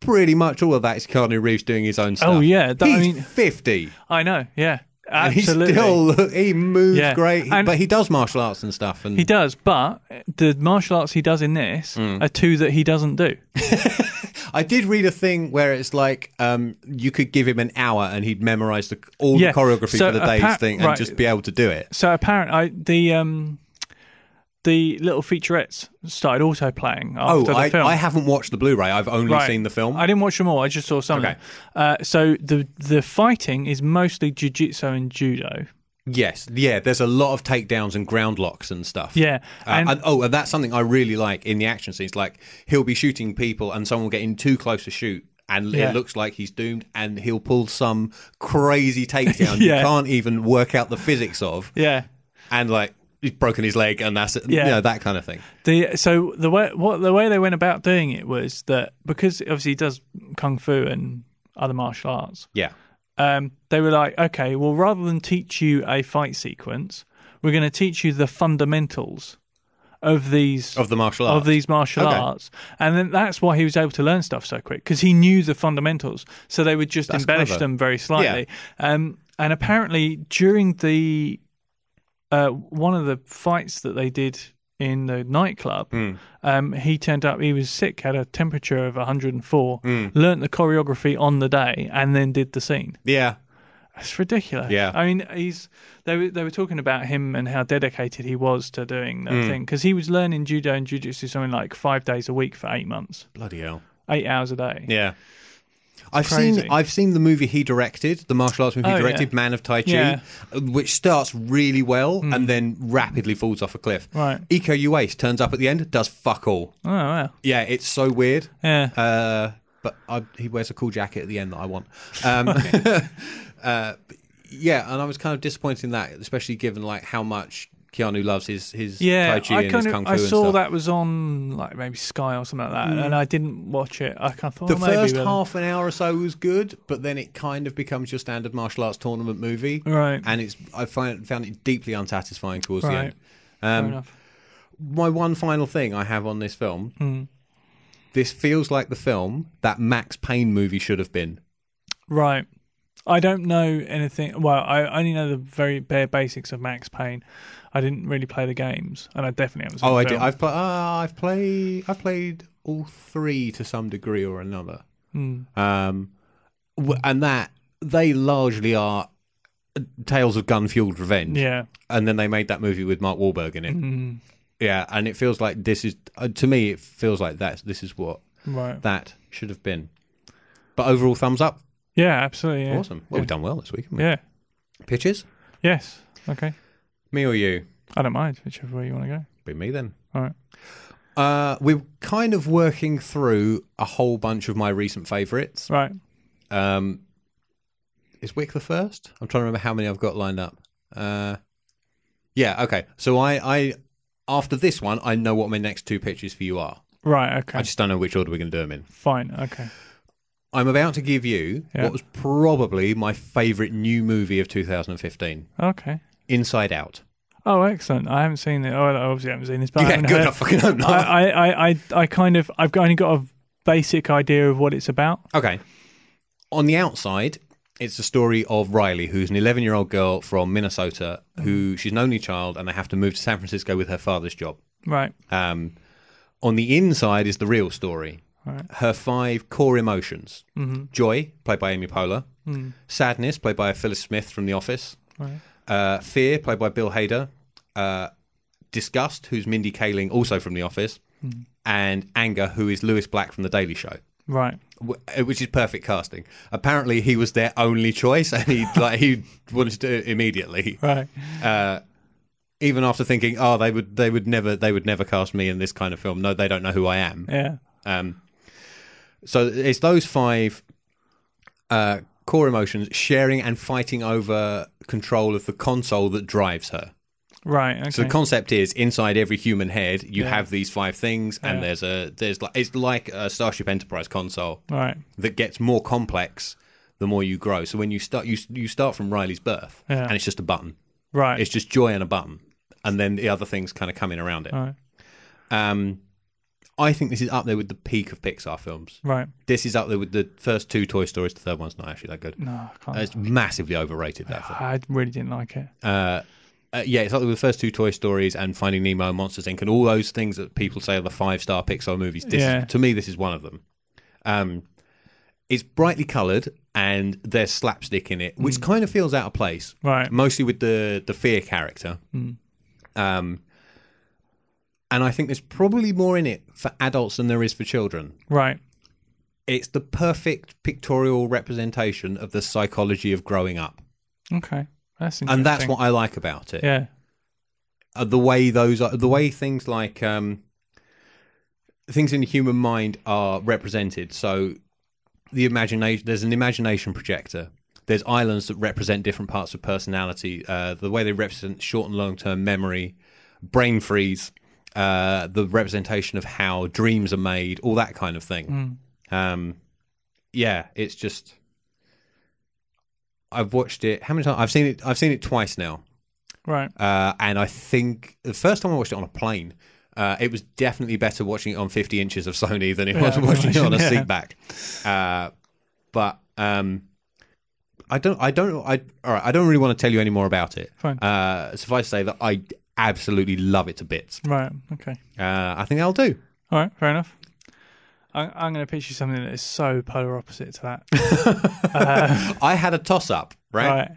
[SPEAKER 1] pretty much all of that is Keanu Reeves doing his own stuff.
[SPEAKER 2] Oh, yeah, that-
[SPEAKER 1] he's
[SPEAKER 2] I mean-
[SPEAKER 1] fifty,
[SPEAKER 2] I know. Yeah.
[SPEAKER 1] and he
[SPEAKER 2] Absolutely.
[SPEAKER 1] still he moves
[SPEAKER 2] Yeah.
[SPEAKER 1] great,
[SPEAKER 2] And-
[SPEAKER 1] but he does martial arts and stuff. And
[SPEAKER 2] He does, but the martial arts he does in this
[SPEAKER 1] Hmm.
[SPEAKER 2] are two that he doesn't do.
[SPEAKER 1] I did read a thing where it's like um, you could give him an hour and he'd memorize the, all
[SPEAKER 2] Yeah,
[SPEAKER 1] the choreography
[SPEAKER 2] so
[SPEAKER 1] for the day's
[SPEAKER 2] appa-
[SPEAKER 1] thing and
[SPEAKER 2] right.
[SPEAKER 1] just be able to do it.
[SPEAKER 2] So apparently, I, the um, the little featurettes started also playing after
[SPEAKER 1] Oh,
[SPEAKER 2] the
[SPEAKER 1] I,
[SPEAKER 2] film.
[SPEAKER 1] I haven't watched the Blu-ray. I've only seen the film.
[SPEAKER 2] I didn't watch them all. I just saw some.
[SPEAKER 1] Okay.
[SPEAKER 2] Of them. Uh, so the the fighting is mostly jujitsu and judo.
[SPEAKER 1] yes, yeah. There's a lot of takedowns and ground locks and stuff.
[SPEAKER 2] Yeah,
[SPEAKER 1] Uh,
[SPEAKER 2] and
[SPEAKER 1] and- oh, and that's something I really like in the action scenes. Like he'll be shooting people, and someone will get in too close to shoot, and
[SPEAKER 2] Yeah.
[SPEAKER 1] it looks like he's doomed. And he'll pull some crazy takedown you
[SPEAKER 2] Yeah.
[SPEAKER 1] can't even work out the physics of,
[SPEAKER 2] yeah,
[SPEAKER 1] and like he's broken his leg, and that's it.
[SPEAKER 2] Yeah.
[SPEAKER 1] you know, that kind of thing.
[SPEAKER 2] the so the way what the way they went about doing it was that because obviously he does kung fu and other martial arts.
[SPEAKER 1] Yeah.
[SPEAKER 2] Um, they were like, okay, well, rather than teach you a fight sequence, we're going to teach you the fundamentals of these
[SPEAKER 1] Of the martial arts.
[SPEAKER 2] of these martial
[SPEAKER 1] Okay.
[SPEAKER 2] arts, and then that's why he was able to learn stuff so quick because he knew the fundamentals. So they would just embellish
[SPEAKER 1] clever.
[SPEAKER 2] them very slightly. Um, and apparently, during the uh, one of the fights that they did in the nightclub,
[SPEAKER 1] Hmm.
[SPEAKER 2] um, he turned up. He was sick, had a temperature of 104,
[SPEAKER 1] Hmm.
[SPEAKER 2] learnt the choreography on the day, and then did the scene.
[SPEAKER 1] Yeah.
[SPEAKER 2] It's ridiculous.
[SPEAKER 1] Yeah.
[SPEAKER 2] I mean, he's they were they were talking about him and how dedicated he was to doing that
[SPEAKER 1] Hmm.
[SPEAKER 2] thing because he was learning judo and jujitsu something like five days a week for eight months,
[SPEAKER 1] Bloody hell.
[SPEAKER 2] eight hours a day.
[SPEAKER 1] Yeah. I've
[SPEAKER 2] Crazy.
[SPEAKER 1] seen I've seen the movie he directed, the martial arts movie
[SPEAKER 2] Oh,
[SPEAKER 1] he
[SPEAKER 2] yeah.
[SPEAKER 1] directed, Man of Tai Chi,
[SPEAKER 2] Yeah. Hmm.
[SPEAKER 1] uh, which starts really well and then rapidly falls off a cliff.
[SPEAKER 2] Right.
[SPEAKER 1] Eco Uace turns up at the end, does fuck all.
[SPEAKER 2] Oh wow.
[SPEAKER 1] Yeah, it's so weird.
[SPEAKER 2] Yeah.
[SPEAKER 1] Uh, but I, he wears a cool jacket at the end that I want. Um, uh, but yeah, and I was kind of disappointed in that, especially given like how much Keanu loves his his
[SPEAKER 2] Yeah,
[SPEAKER 1] tai chi
[SPEAKER 2] I
[SPEAKER 1] and
[SPEAKER 2] kind
[SPEAKER 1] his
[SPEAKER 2] of
[SPEAKER 1] kung fu
[SPEAKER 2] I
[SPEAKER 1] and
[SPEAKER 2] saw
[SPEAKER 1] stuff. Hmm.
[SPEAKER 2] that was on like maybe Sky or something like that, and I didn't watch it. I kind of thought
[SPEAKER 1] The
[SPEAKER 2] oh, maybe
[SPEAKER 1] first
[SPEAKER 2] we'll-
[SPEAKER 1] half an hour or so was good, but then it kind of becomes your standard martial arts tournament movie,
[SPEAKER 2] right?
[SPEAKER 1] and it's I find, found it deeply unsatisfying towards the
[SPEAKER 2] Right.
[SPEAKER 1] end.
[SPEAKER 2] Fair
[SPEAKER 1] Um,
[SPEAKER 2] enough.
[SPEAKER 1] my one final thing I have on this film:
[SPEAKER 2] Hmm.
[SPEAKER 1] this feels like the film that Max Payne movie should have been.
[SPEAKER 2] Right. I don't know anything. Well, I only know the very bare basics of Max Payne. I didn't really play the games, and I definitely haven't. Seen
[SPEAKER 1] Oh,
[SPEAKER 2] the
[SPEAKER 1] I did.
[SPEAKER 2] film.
[SPEAKER 1] I've played. Uh, I've played. I've played all three to some degree or another.
[SPEAKER 2] Hmm.
[SPEAKER 1] Um, w- and that they largely are tales of gun fueled revenge.
[SPEAKER 2] Yeah.
[SPEAKER 1] And then they made that movie with Mark Wahlberg in it.
[SPEAKER 2] Mm,
[SPEAKER 1] Yeah, and it feels like this is uh, to me. It feels like that. This is what
[SPEAKER 2] right.
[SPEAKER 1] that should have been. But overall, thumbs up.
[SPEAKER 2] Yeah. Absolutely. Yeah.
[SPEAKER 1] Awesome. Well, we've done well this week. haven't we?
[SPEAKER 2] Yeah.
[SPEAKER 1] Pitches.
[SPEAKER 2] Yes. Okay.
[SPEAKER 1] Me or you?
[SPEAKER 2] I don't mind whichever way you want to go.
[SPEAKER 1] Be me then.
[SPEAKER 2] All right.
[SPEAKER 1] Uh, we're kind of working through a whole bunch of my recent favourites.
[SPEAKER 2] Right.
[SPEAKER 1] Um, is Wick the first? I'm trying to remember how many I've got lined up. Uh, yeah, okay. So I, I, after this one, I know what my next two pitches for you are.
[SPEAKER 2] Right. Okay.
[SPEAKER 1] I just don't know which order we're going to do them in.
[SPEAKER 2] Fine. Okay.
[SPEAKER 1] I'm about to give you
[SPEAKER 2] Yeah.
[SPEAKER 1] what was probably my favourite new movie of 2015,
[SPEAKER 2] Okay.
[SPEAKER 1] Inside Out.
[SPEAKER 2] Oh, excellent. I haven't seen it. Oh, I obviously haven't seen this, but I
[SPEAKER 1] yeah,
[SPEAKER 2] haven't
[SPEAKER 1] good.
[SPEAKER 2] heard-
[SPEAKER 1] I fucking hope
[SPEAKER 2] I,
[SPEAKER 1] not.
[SPEAKER 2] I, I, I, I kind of, I've only got a basic idea of what it's about.
[SPEAKER 1] Okay. On the outside, it's the story of Riley, who's an 11 year old girl from Minnesota who she's an only child and they have to move to San Francisco with her father's job.
[SPEAKER 2] Right.
[SPEAKER 1] Um, on the inside is the real story.
[SPEAKER 2] Right. Mm-hmm.
[SPEAKER 1] Her five core emotions joy, played by Amy Poehler, sadness, played by Phyllis Smith from The Office,
[SPEAKER 2] Mm. Right.
[SPEAKER 1] uh, fear, played by Bill Hader, uh, disgust, who's Mindy Kaling, also from The Office,
[SPEAKER 2] Mm.
[SPEAKER 1] and anger, who is Lewis Black from The Daily Show.
[SPEAKER 2] Right.
[SPEAKER 1] wh- Which is perfect casting. Apparently, he was their only choice, and he like he wanted to do it immediately
[SPEAKER 2] Right.
[SPEAKER 1] even after thinking, oh, they would they would never they would never cast me in this kind of film. No, they don't know who I am.
[SPEAKER 2] Yeah.
[SPEAKER 1] Um, so it's those five uh, core emotions sharing and fighting over control of the console that drives her.
[SPEAKER 2] Right. Okay.
[SPEAKER 1] So the concept is inside every human head, you have these five things, and there's a there's like it's like a Starship Enterprise console
[SPEAKER 2] right.
[SPEAKER 1] that gets more complex the more you grow. So when you start you you start from Riley's birth,
[SPEAKER 2] Yeah.
[SPEAKER 1] and it's just a button.
[SPEAKER 2] Right.
[SPEAKER 1] It's just joy and a button, and then the other things kind of coming around it.
[SPEAKER 2] Right.
[SPEAKER 1] Um, I think this is up there with the peak of Pixar films.
[SPEAKER 2] right.
[SPEAKER 1] This is up there with the first two Toy Stories. The third one's not actually that good.
[SPEAKER 2] No, I can't.
[SPEAKER 1] Uh, It's massively overrated. That film.
[SPEAKER 2] I really didn't like it.
[SPEAKER 1] Uh, uh, yeah, it's up there with the first two Toy Stories and Finding Nemo, and Monsters Inc., and all those things that people say are the five star Pixar movies. This,
[SPEAKER 2] Yeah.
[SPEAKER 1] To me, this is one of them. Um, it's brightly coloured and there's slapstick in it, which kind of feels out of place
[SPEAKER 2] Mm. Right. Mm.
[SPEAKER 1] mostly with the the fear character. Um, and I think there's probably more in it for adults than there is for children.
[SPEAKER 2] Right.
[SPEAKER 1] It's the perfect pictorial representation of the psychology of growing up,
[SPEAKER 2] Okay. That's interesting.
[SPEAKER 1] and that's what I like about it.
[SPEAKER 2] Yeah.
[SPEAKER 1] Uh, the way those are, the way things like um, things in the human mind are represented. So the imagination there's an imagination projector. There's islands that represent different parts of personality. Uh, the way they represent short and long term memory, brain freeze, uh, the representation of how dreams are made, all that kind of thing. Um, yeah, it's just. I've watched it. How many times? I've seen it. I've seen it twice now
[SPEAKER 2] Right.
[SPEAKER 1] uh, and I think the first time I watched it on a plane, uh, it was definitely better watching it on 50 inches of Sony than it
[SPEAKER 2] Yeah, I
[SPEAKER 1] was
[SPEAKER 2] can
[SPEAKER 1] watching it on a
[SPEAKER 2] imagine, yeah.
[SPEAKER 1] seat back. Uh, but um, I don't, I don't, I all right, I don't really want to tell you any more about it.
[SPEAKER 2] Fine.
[SPEAKER 1] Uh, suffice to say that I absolutely love it to bits.
[SPEAKER 2] Right. Okay.
[SPEAKER 1] Uh, I think that'll do.
[SPEAKER 2] All right. Fair enough. I, I'm going to pitch you something that is so polar opposite to that.
[SPEAKER 1] I had a toss up, right?
[SPEAKER 2] right.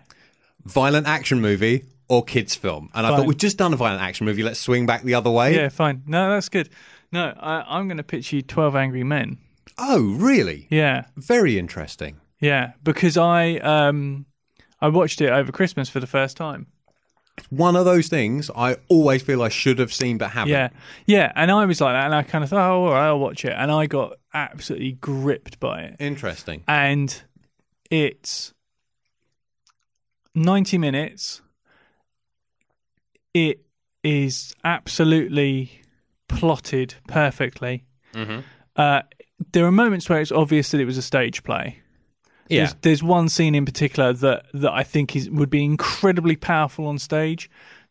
[SPEAKER 1] Violent action movie or kids film, and I thought
[SPEAKER 2] Fine.
[SPEAKER 1] we've just done a violent action movie. Let's swing back the other way.
[SPEAKER 2] Yeah. Fine. No, that's good. No, I, I'm going to pitch you Twelve Angry Men.
[SPEAKER 1] Oh, really?
[SPEAKER 2] Yeah.
[SPEAKER 1] Very interesting.
[SPEAKER 2] Yeah. Because I um I watched it over Christmas for the first time.
[SPEAKER 1] one of those things I always feel I should have seen but haven't.
[SPEAKER 2] Yeah, yeah. And I was like that, and I kind of thought, oh, all right, I'll watch it. And I got absolutely gripped by it.
[SPEAKER 1] Interesting.
[SPEAKER 2] And it's 90 minutes. It is absolutely plotted perfectly.
[SPEAKER 1] Mhm.
[SPEAKER 2] Uh, there are moments where it's obvious that it was a stage play.
[SPEAKER 1] Yeah.
[SPEAKER 2] There's, there's one scene in particular that, that I think is would be incredibly powerful on stage.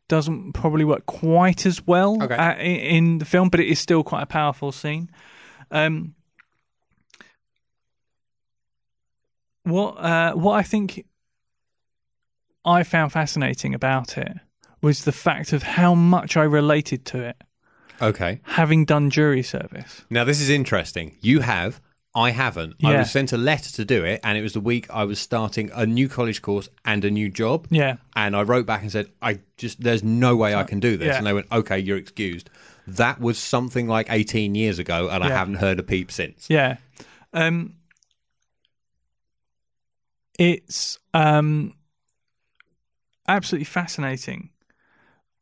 [SPEAKER 2] Doesn't probably work quite as well
[SPEAKER 1] Okay.
[SPEAKER 2] uh, in, in the film, but it is still quite a powerful scene. Um, what uh, what I think I found fascinating about it was the fact of how much I related to it,
[SPEAKER 1] Okay.
[SPEAKER 2] having done jury service.
[SPEAKER 1] Now this is interesting. You have, I haven't. I
[SPEAKER 2] Yeah.
[SPEAKER 1] was sent a letter to do it, and it was the week I was starting a new college course and a new job.
[SPEAKER 2] Yeah,
[SPEAKER 1] And I wrote back and said, I just there's no way I can do this.
[SPEAKER 2] Yeah.
[SPEAKER 1] And they went, Okay, you're excused. That was something like 18 years ago, and I
[SPEAKER 2] Yeah.
[SPEAKER 1] haven't heard a peep since.
[SPEAKER 2] Yeah. Um it's um absolutely fascinating.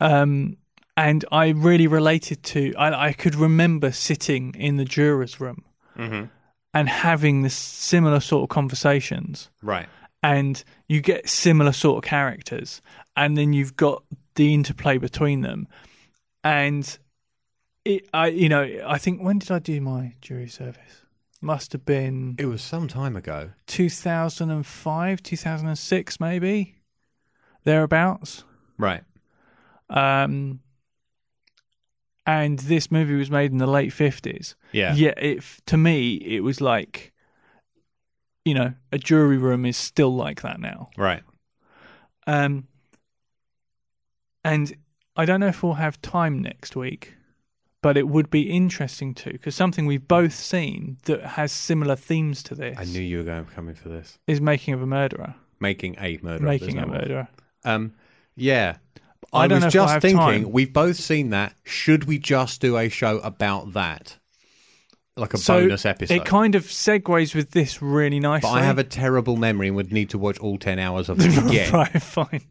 [SPEAKER 2] Um and I really related to I I could remember sitting in the jurors room and having this similar sort of conversations
[SPEAKER 1] Right.
[SPEAKER 2] and you get similar sort of characters and then you've got the interplay between them and it, i you know i think when did i do my jury service must have been
[SPEAKER 1] It was some time ago.
[SPEAKER 2] 2005 2006 maybe thereabouts
[SPEAKER 1] Right.
[SPEAKER 2] um and this movie was made in the late 50s
[SPEAKER 1] Yeah.
[SPEAKER 2] yeah it to me it was like you know a jury room is still like that now
[SPEAKER 1] Right.
[SPEAKER 2] Um, and I don't know if we'll have time next week, but it would be interesting to because something we've both seen that has similar themes to this
[SPEAKER 1] I knew you were going coming for this.
[SPEAKER 2] is making of a murderer,
[SPEAKER 1] Making a murder.
[SPEAKER 2] making a murderer.
[SPEAKER 1] Um, yeah.
[SPEAKER 2] I don't
[SPEAKER 1] was
[SPEAKER 2] know if
[SPEAKER 1] just
[SPEAKER 2] I have
[SPEAKER 1] thinking,
[SPEAKER 2] time.
[SPEAKER 1] we've both seen that. Should we just do a show about that? Like a
[SPEAKER 2] So
[SPEAKER 1] bonus episode.
[SPEAKER 2] It kind of segues with this really nicely.
[SPEAKER 1] but I have a terrible memory and would need to watch all 10 hours of it again.
[SPEAKER 2] right, fine.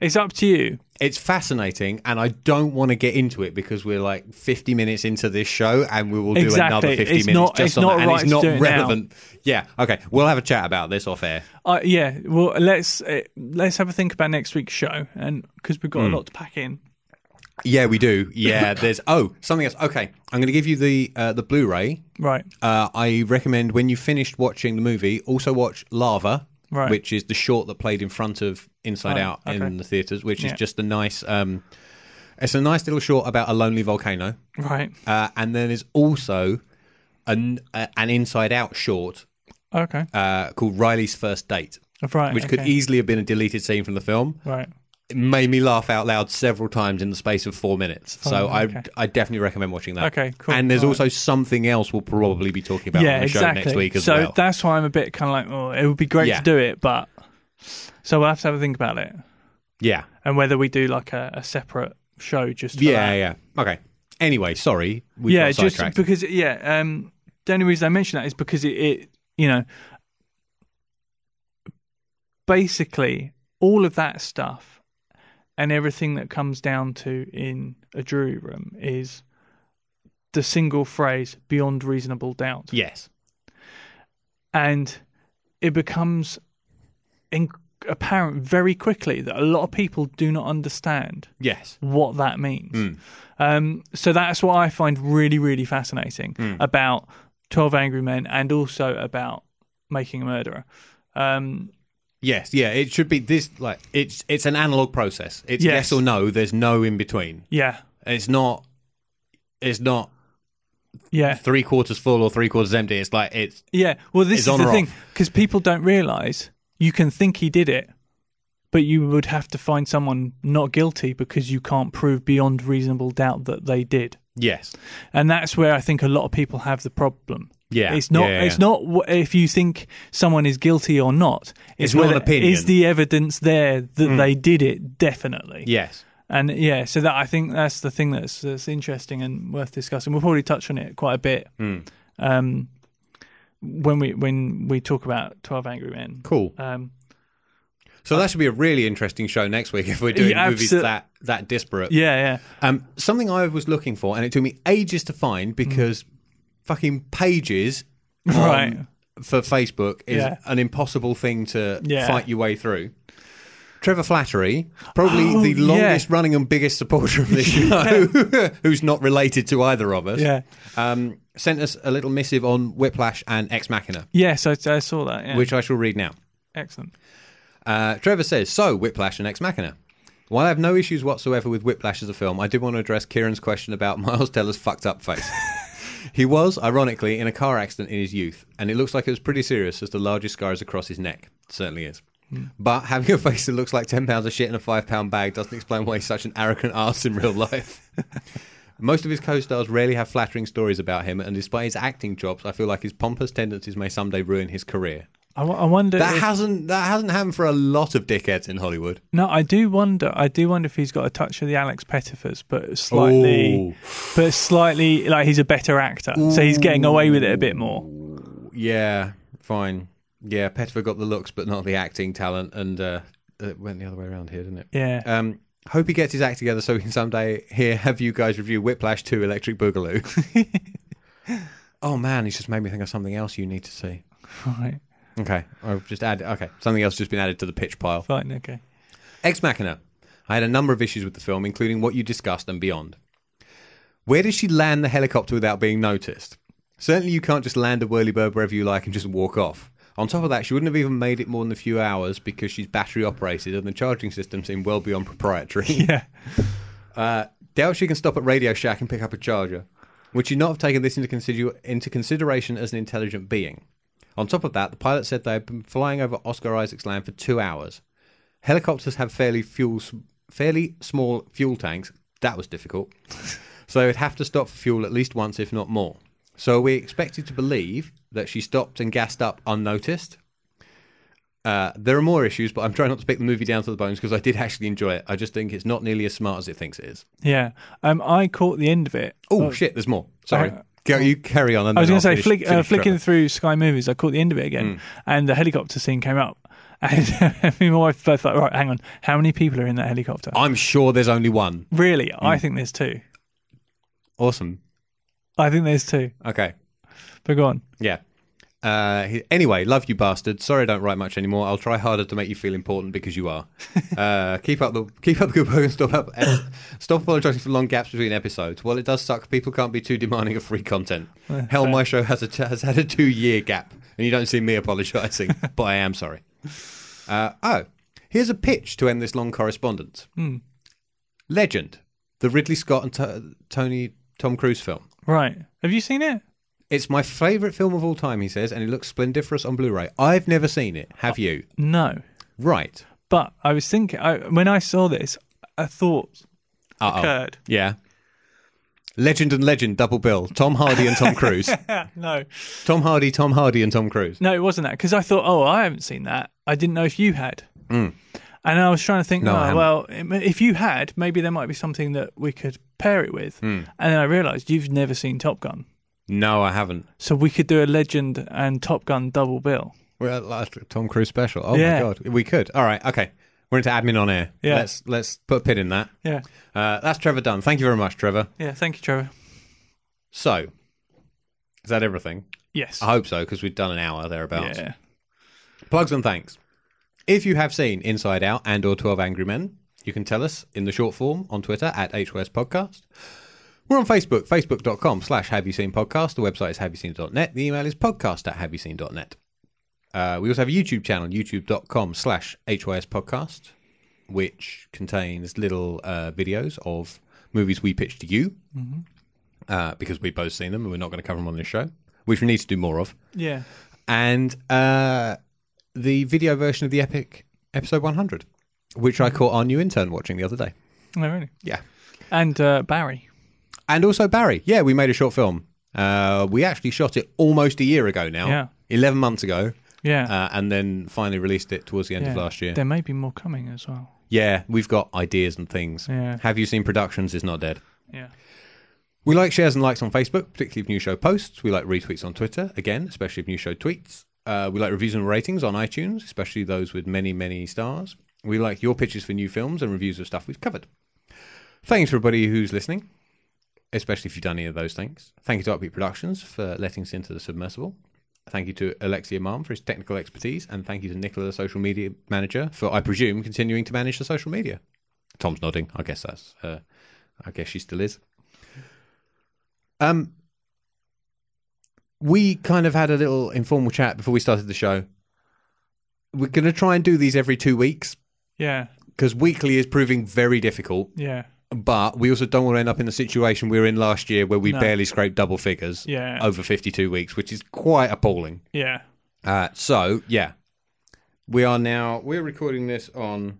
[SPEAKER 2] It's up to you.
[SPEAKER 1] It's fascinating, and I don't want to get into it because we're like 50 minutes into this show and we will do
[SPEAKER 2] Exactly.
[SPEAKER 1] another 50
[SPEAKER 2] It's
[SPEAKER 1] minutes
[SPEAKER 2] not-
[SPEAKER 1] just
[SPEAKER 2] it's
[SPEAKER 1] on
[SPEAKER 2] not
[SPEAKER 1] that. and
[SPEAKER 2] right
[SPEAKER 1] it's
[SPEAKER 2] to
[SPEAKER 1] not
[SPEAKER 2] do it now.
[SPEAKER 1] relevant. Yeah, okay. We'll have a chat about this off air.
[SPEAKER 2] Uh, yeah, well, let's uh, let's have a think about next week's show, and because we've got
[SPEAKER 1] Hmm.
[SPEAKER 2] a lot to pack in.
[SPEAKER 1] Yeah, we do. Yeah, there's. Oh, something else. Okay. I'm going to give you the uh, the Blu ray
[SPEAKER 2] Right,
[SPEAKER 1] Uh, I recommend when you finished watching the movie, also watch Lava,
[SPEAKER 2] Right.
[SPEAKER 1] which is the short that played in front of Inside
[SPEAKER 2] Oh,
[SPEAKER 1] Out
[SPEAKER 2] okay.
[SPEAKER 1] in the theaters, which
[SPEAKER 2] Yeah.
[SPEAKER 1] is just a nice. Um, it's a nice little short about a lonely volcano,
[SPEAKER 2] right,
[SPEAKER 1] uh, and then there's also an uh, an Inside Out short
[SPEAKER 2] okay,
[SPEAKER 1] uh, called Riley's First Date,
[SPEAKER 2] right,
[SPEAKER 1] which could e-
[SPEAKER 2] okay.
[SPEAKER 1] easily have been a deleted scene from the film.
[SPEAKER 2] right.
[SPEAKER 1] It made me laugh out loud several times in the space of four minutes, so I
[SPEAKER 2] okay.
[SPEAKER 1] I definitely recommend watching that.
[SPEAKER 2] Okay, cool.
[SPEAKER 1] And there's
[SPEAKER 2] All
[SPEAKER 1] also something else we'll probably be talking about
[SPEAKER 2] yeah,
[SPEAKER 1] on the show
[SPEAKER 2] exactly.
[SPEAKER 1] next week as
[SPEAKER 2] so
[SPEAKER 1] well.
[SPEAKER 2] that's why I'm a bit kind of like, oh, it would be great
[SPEAKER 1] Yeah.
[SPEAKER 2] to do it, but so we'll have to have a think about it
[SPEAKER 1] yeah.
[SPEAKER 2] and whether we do like a, a separate show just for
[SPEAKER 1] Yeah,
[SPEAKER 2] that.
[SPEAKER 1] yeah. Okay. Anyway, sorry. We
[SPEAKER 2] yeah,
[SPEAKER 1] got
[SPEAKER 2] just
[SPEAKER 1] sidetracked.
[SPEAKER 2] because yeah. Um, the only reason I mention that is because it, it you know, basically all of that stuff and everything that comes down to in a jury room is the single phrase beyond reasonable doubt.
[SPEAKER 1] yes.
[SPEAKER 2] and it becomes in- apparent very quickly that a lot of people do not understand
[SPEAKER 1] Yes.
[SPEAKER 2] what that means.
[SPEAKER 1] Hmm.
[SPEAKER 2] Um, so that's what I find really, really fascinating
[SPEAKER 1] Hmm.
[SPEAKER 2] about Twelve Angry Men and also about making a murderer. Um,
[SPEAKER 1] Yes. Yeah, it should be this like it's it's an analog process. It's
[SPEAKER 2] Yes.
[SPEAKER 1] yes, or no, there's no in between.
[SPEAKER 2] yeah,
[SPEAKER 1] It's not it's not
[SPEAKER 2] yeah,
[SPEAKER 1] three quarters full or three quarters empty. It's like it's
[SPEAKER 2] yeah. Well, this
[SPEAKER 1] It's
[SPEAKER 2] is
[SPEAKER 1] on
[SPEAKER 2] the
[SPEAKER 1] or
[SPEAKER 2] thing
[SPEAKER 1] off.
[SPEAKER 2] because people don't realise you can think he did it. But you would have to find someone not guilty because you can't prove beyond reasonable doubt that they did.
[SPEAKER 1] yes.
[SPEAKER 2] and that's where I think a lot of people have the problem.
[SPEAKER 1] Yeah,
[SPEAKER 2] it's not.
[SPEAKER 1] yeah, yeah,
[SPEAKER 2] It's
[SPEAKER 1] yeah.
[SPEAKER 2] not wh- if you think someone is guilty or not.
[SPEAKER 1] It's not an
[SPEAKER 2] whether-
[SPEAKER 1] opinion. Mm.
[SPEAKER 2] Is the evidence there that they did it definitely?
[SPEAKER 1] Yes.
[SPEAKER 2] And yeah, so that I think that's the thing that's, that's interesting and worth discussing. We'll probably touch on it quite a bit
[SPEAKER 1] Mm.
[SPEAKER 2] um, when we when we talk about Twelve Angry Men.
[SPEAKER 1] Cool.
[SPEAKER 2] Um,
[SPEAKER 1] So that should be a really interesting show next week if we're doing
[SPEAKER 2] Yeah,
[SPEAKER 1] movies
[SPEAKER 2] absolute-
[SPEAKER 1] that that disparate.
[SPEAKER 2] yeah, yeah.
[SPEAKER 1] Um, something I was looking for, and it took me ages to
[SPEAKER 2] Mm.
[SPEAKER 1] find because fucking pages on-
[SPEAKER 2] Right.
[SPEAKER 1] for Facebook is
[SPEAKER 2] Yeah.
[SPEAKER 1] an impossible thing to
[SPEAKER 2] Yeah.
[SPEAKER 1] fight your way through. Trevor Flattery, probably
[SPEAKER 2] Oh,
[SPEAKER 1] the
[SPEAKER 2] yeah.
[SPEAKER 1] longest running and biggest supporter of this show, who's not related to either of us,
[SPEAKER 2] Yeah.
[SPEAKER 1] um, sent us a little missive on Whiplash and Ex Machina,
[SPEAKER 2] Yes, I, I saw that. Yeah.
[SPEAKER 1] which I shall read now.
[SPEAKER 2] Excellent.
[SPEAKER 1] Uh, Trevor says, so Whiplash and Ex Machina. While I have no issues whatsoever with Whiplash as a film, I did want to address Kieran's question about Miles Teller's fucked up face. he was, ironically, in a car accident in his youth, and it looks like it was pretty serious as the largest scar is across his neck. certainly is. But having a face that looks like 10 pounds of shit in a 5 pound bag doesn't explain why he's such an arrogant arse in real life. Most of his co stars rarely have flattering stories about him, and despite his acting jobs, I feel like his pompous tendencies may someday ruin his career.
[SPEAKER 2] I, wo- I wonder.
[SPEAKER 1] That
[SPEAKER 2] if-
[SPEAKER 1] hasn't that hasn't happened for a lot of dickheads in Hollywood.
[SPEAKER 2] no, I do wonder. I do wonder if he's got a touch of the Alex Pettifers, but slightly, but slightly like he's a better actor, so he's getting away with it a bit more.
[SPEAKER 1] Yeah, fine. Yeah, Pettifer got the looks, but not the acting talent, and uh, it went the other way around here, didn't it?
[SPEAKER 2] Yeah.
[SPEAKER 1] Um, hope he gets his act together so we can someday here have you guys review Whiplash Two: Electric Boogaloo. oh man, he's just made me think of something else you need to see.
[SPEAKER 2] right.
[SPEAKER 1] Okay, I'll just add. Okay, something else just been added to the pitch pile.
[SPEAKER 2] Fine. Okay.
[SPEAKER 1] Ex Machina. I had a number of issues with the film, including what you discussed and beyond. Where does she land the helicopter without being noticed? Certainly, you can't just land a whirly bird wherever you like and just walk off. On top of that, she wouldn't have even made it more than a few hours because she's battery operated and the charging system seemed well beyond proprietary.
[SPEAKER 2] Yeah.
[SPEAKER 1] Uh, doubt she can stop at Radio Shack and pick up a charger. Would she not have taken this into, consider- into consideration as an intelligent being? On top of that, the pilot said they had been flying over Oscar Isaac's land for two hours. Helicopters have fairly fuel, fairly small fuel tanks. That was difficult. so it'd have to stop for fuel at least once, if not more. So are we expected to believe that she stopped and gassed up unnoticed? Uh, there are more issues, but I'm trying not to pick the movie down to the bones because I did actually enjoy it. I just think it's not nearly as smart as it thinks it is.
[SPEAKER 2] Yeah. Um, I caught the end of it.
[SPEAKER 1] Oh, shit, there's more. Sorry.
[SPEAKER 2] Uh,
[SPEAKER 1] Go, you carry on. And
[SPEAKER 2] I was
[SPEAKER 1] then I'll
[SPEAKER 2] going to say,
[SPEAKER 1] finish-
[SPEAKER 2] flick, uh,
[SPEAKER 1] finish
[SPEAKER 2] flicking
[SPEAKER 1] Trevor.
[SPEAKER 2] through Sky Movies, I caught the end of it again, and the helicopter scene came up. And me and my wife both like, right, hang on, how many people are in that helicopter?
[SPEAKER 1] I'm sure there's only one.
[SPEAKER 2] really, I think there's two.
[SPEAKER 1] Awesome.
[SPEAKER 2] I think there's two.
[SPEAKER 1] Okay.
[SPEAKER 2] But go on.
[SPEAKER 1] Yeah. Uh, he- anyway, love you, bastard. Sorry, I don't write much anymore. I'll try harder to make you feel important because you are. uh, keep up the keep up the good work and stop up stop apologising for long gaps between episodes. While it does suck, people can't be too demanding of free content. Hell, my show has a t- has had a two year gap, and you don't see me apologising, but I am sorry. Uh, oh, here's a pitch to end this long correspondence. Legend, the Ridley Scott and T- Tony Tom Cruise film.
[SPEAKER 2] Right. Have you seen it?
[SPEAKER 1] It's my favourite film of all time, he says, and it looks splendiferous on Blu ray. I've never seen it. Have you?
[SPEAKER 2] No.
[SPEAKER 1] Right.
[SPEAKER 2] But I was thinking, I, when I saw this, I thought,
[SPEAKER 1] Uh
[SPEAKER 2] Occurred.
[SPEAKER 1] Yeah. Legend and legend double bill. Tom Hardy and Tom Cruise.
[SPEAKER 2] no,
[SPEAKER 1] Tom Hardy, Tom Hardy, and Tom Cruise.
[SPEAKER 2] no, it wasn't that. Because I thought, oh, I haven't seen that. I didn't know if you had. And I was trying to think,
[SPEAKER 1] Hmm. No, I
[SPEAKER 2] oh,
[SPEAKER 1] haven't.
[SPEAKER 2] well, if you had, maybe there might be something that we could pair it with.
[SPEAKER 1] Hmm.
[SPEAKER 2] And then I realised you've never seen Top Gun.
[SPEAKER 1] No, I haven't.
[SPEAKER 2] So we could do a Legend and Top Gun double bill.
[SPEAKER 1] We're at last Tom Cruise special. Oh
[SPEAKER 2] Yeah.
[SPEAKER 1] my god. We could. All right, okay. We're into admin on air.
[SPEAKER 2] Yeah.
[SPEAKER 1] Let's let's put a pin in that.
[SPEAKER 2] Yeah.
[SPEAKER 1] Uh, that's Trevor Dunn. Thank you very much, Trevor.
[SPEAKER 2] Yeah. Thank you, Trevor.
[SPEAKER 1] So is that everything?
[SPEAKER 2] Yes.
[SPEAKER 1] I hope so, because we've done an hour thereabouts.
[SPEAKER 2] yeah.
[SPEAKER 1] Plugs and thanks. If you have seen Inside Out and or 12 Angry Men, you can tell us in the short form on Twitter at HWest Podcast. We're on Facebook, facebook.com slash have you seen podcast. The website is haveyouseen.net. The email is podcast at haveyouseen.net. Uh, we also have a YouTube channel, youtube.com slash HYS podcast, which contains little uh, videos of movies we pitched to you uh, because we've both seen them and we're not going to cover them on this show, which we need to do more of
[SPEAKER 2] Yeah.
[SPEAKER 1] and uh, the video version of the epic episode 100 which i caught our new intern watching the other day
[SPEAKER 2] No, really.
[SPEAKER 1] yeah
[SPEAKER 2] And uh, Barry.
[SPEAKER 1] and also barry yeah we made a short film uh, we actually shot it almost a year ago now
[SPEAKER 2] Yeah.
[SPEAKER 1] 11 months ago
[SPEAKER 2] Yeah.
[SPEAKER 1] uh, and then finally released it towards the end
[SPEAKER 2] yeah.
[SPEAKER 1] of last year
[SPEAKER 2] There may be more coming as well.
[SPEAKER 1] yeah we've got ideas and things
[SPEAKER 2] Yeah.
[SPEAKER 1] have you seen productions is not dead
[SPEAKER 2] Yeah.
[SPEAKER 1] We like shares and likes on Facebook, particularly of new show posts. We like retweets on Twitter, again, especially of new show tweets. Uh, we like reviews and ratings on iTunes, especially those with many, many stars. We like your pitches for new films and reviews of stuff we've covered. Thanks to everybody who's listening, especially if you've done any of those things. Thank you to Upbeat Productions for letting us into the submersible. Thank you to Alexia Marm for his technical expertise, and thank you to Nicola, the social media manager, for I presume continuing to manage the social media. Tom's nodding. I guess that's. Uh, I guess she still is. Um, we kind of had a little informal chat before we started the show. We're going to try and do these every two weeks
[SPEAKER 2] Yeah.
[SPEAKER 1] because weekly is proving very difficult.
[SPEAKER 2] Yeah.
[SPEAKER 1] But we also don't want to end up in the situation we were in last year where we
[SPEAKER 2] No.
[SPEAKER 1] barely scraped double figures
[SPEAKER 2] Yeah.
[SPEAKER 1] over 52 weeks, which is quite appalling.
[SPEAKER 2] Yeah.
[SPEAKER 1] Uh, so yeah, we are now we're recording this on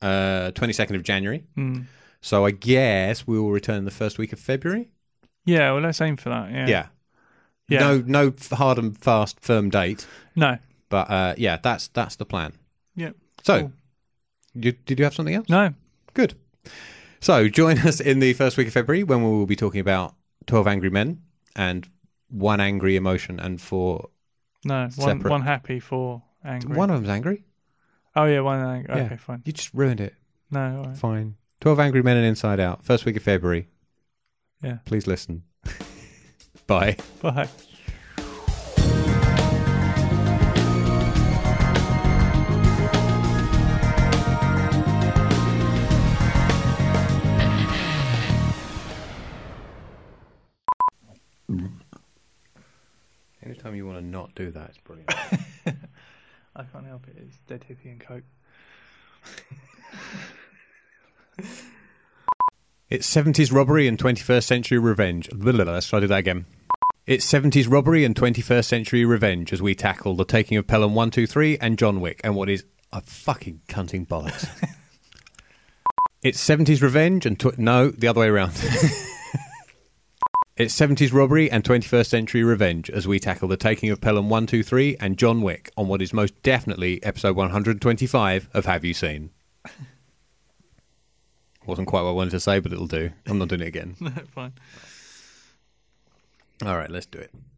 [SPEAKER 1] uh, 22nd of January.
[SPEAKER 2] Mm.
[SPEAKER 1] So I guess we will return the first week of February.
[SPEAKER 2] Yeah. Well, let's aim for that. Yeah.
[SPEAKER 1] Yeah.
[SPEAKER 2] Yeah.
[SPEAKER 1] No, no f- hard and fast firm date,
[SPEAKER 2] No.
[SPEAKER 1] but uh, yeah, that's that's the plan.
[SPEAKER 2] Yeah.
[SPEAKER 1] So,
[SPEAKER 2] Cool.
[SPEAKER 1] you, did you have something else?
[SPEAKER 2] No.
[SPEAKER 1] Good. So join us in the first week of February when we will be talking about Twelve Angry Men and one angry emotion and four.
[SPEAKER 2] No. One.
[SPEAKER 1] Separate.
[SPEAKER 2] One happy. Four angry.
[SPEAKER 1] One of them's angry.
[SPEAKER 2] Oh yeah. One angry. Okay.
[SPEAKER 1] Yeah.
[SPEAKER 2] Fine.
[SPEAKER 1] You just ruined it.
[SPEAKER 2] No. All right.
[SPEAKER 1] Fine. Twelve Angry Men and Inside Out. First week of February.
[SPEAKER 2] Yeah.
[SPEAKER 1] Please listen. Bye.
[SPEAKER 2] Bye.
[SPEAKER 1] Anytime you want to not do that, it's brilliant.
[SPEAKER 2] I can't help it. It's dead hippie and coke.
[SPEAKER 1] It's 70s robbery and 21st century revenge. Blah, blah, blah. Let's try to do that again. It's 70s robbery and 21st century revenge as we tackle the taking of Pelham 123 and John Wick and what is a fucking cunting bollocks. it's 70s revenge and. Tw- no, the other way around. it's 70s robbery and 21st century revenge as we tackle the taking of Pelham 123 and John Wick on what is most definitely episode 125 of Have You Seen? Wasn't quite what I wanted to say, but it'll do. I'm not doing it again.
[SPEAKER 2] No. Fine.
[SPEAKER 1] All right, let's do it.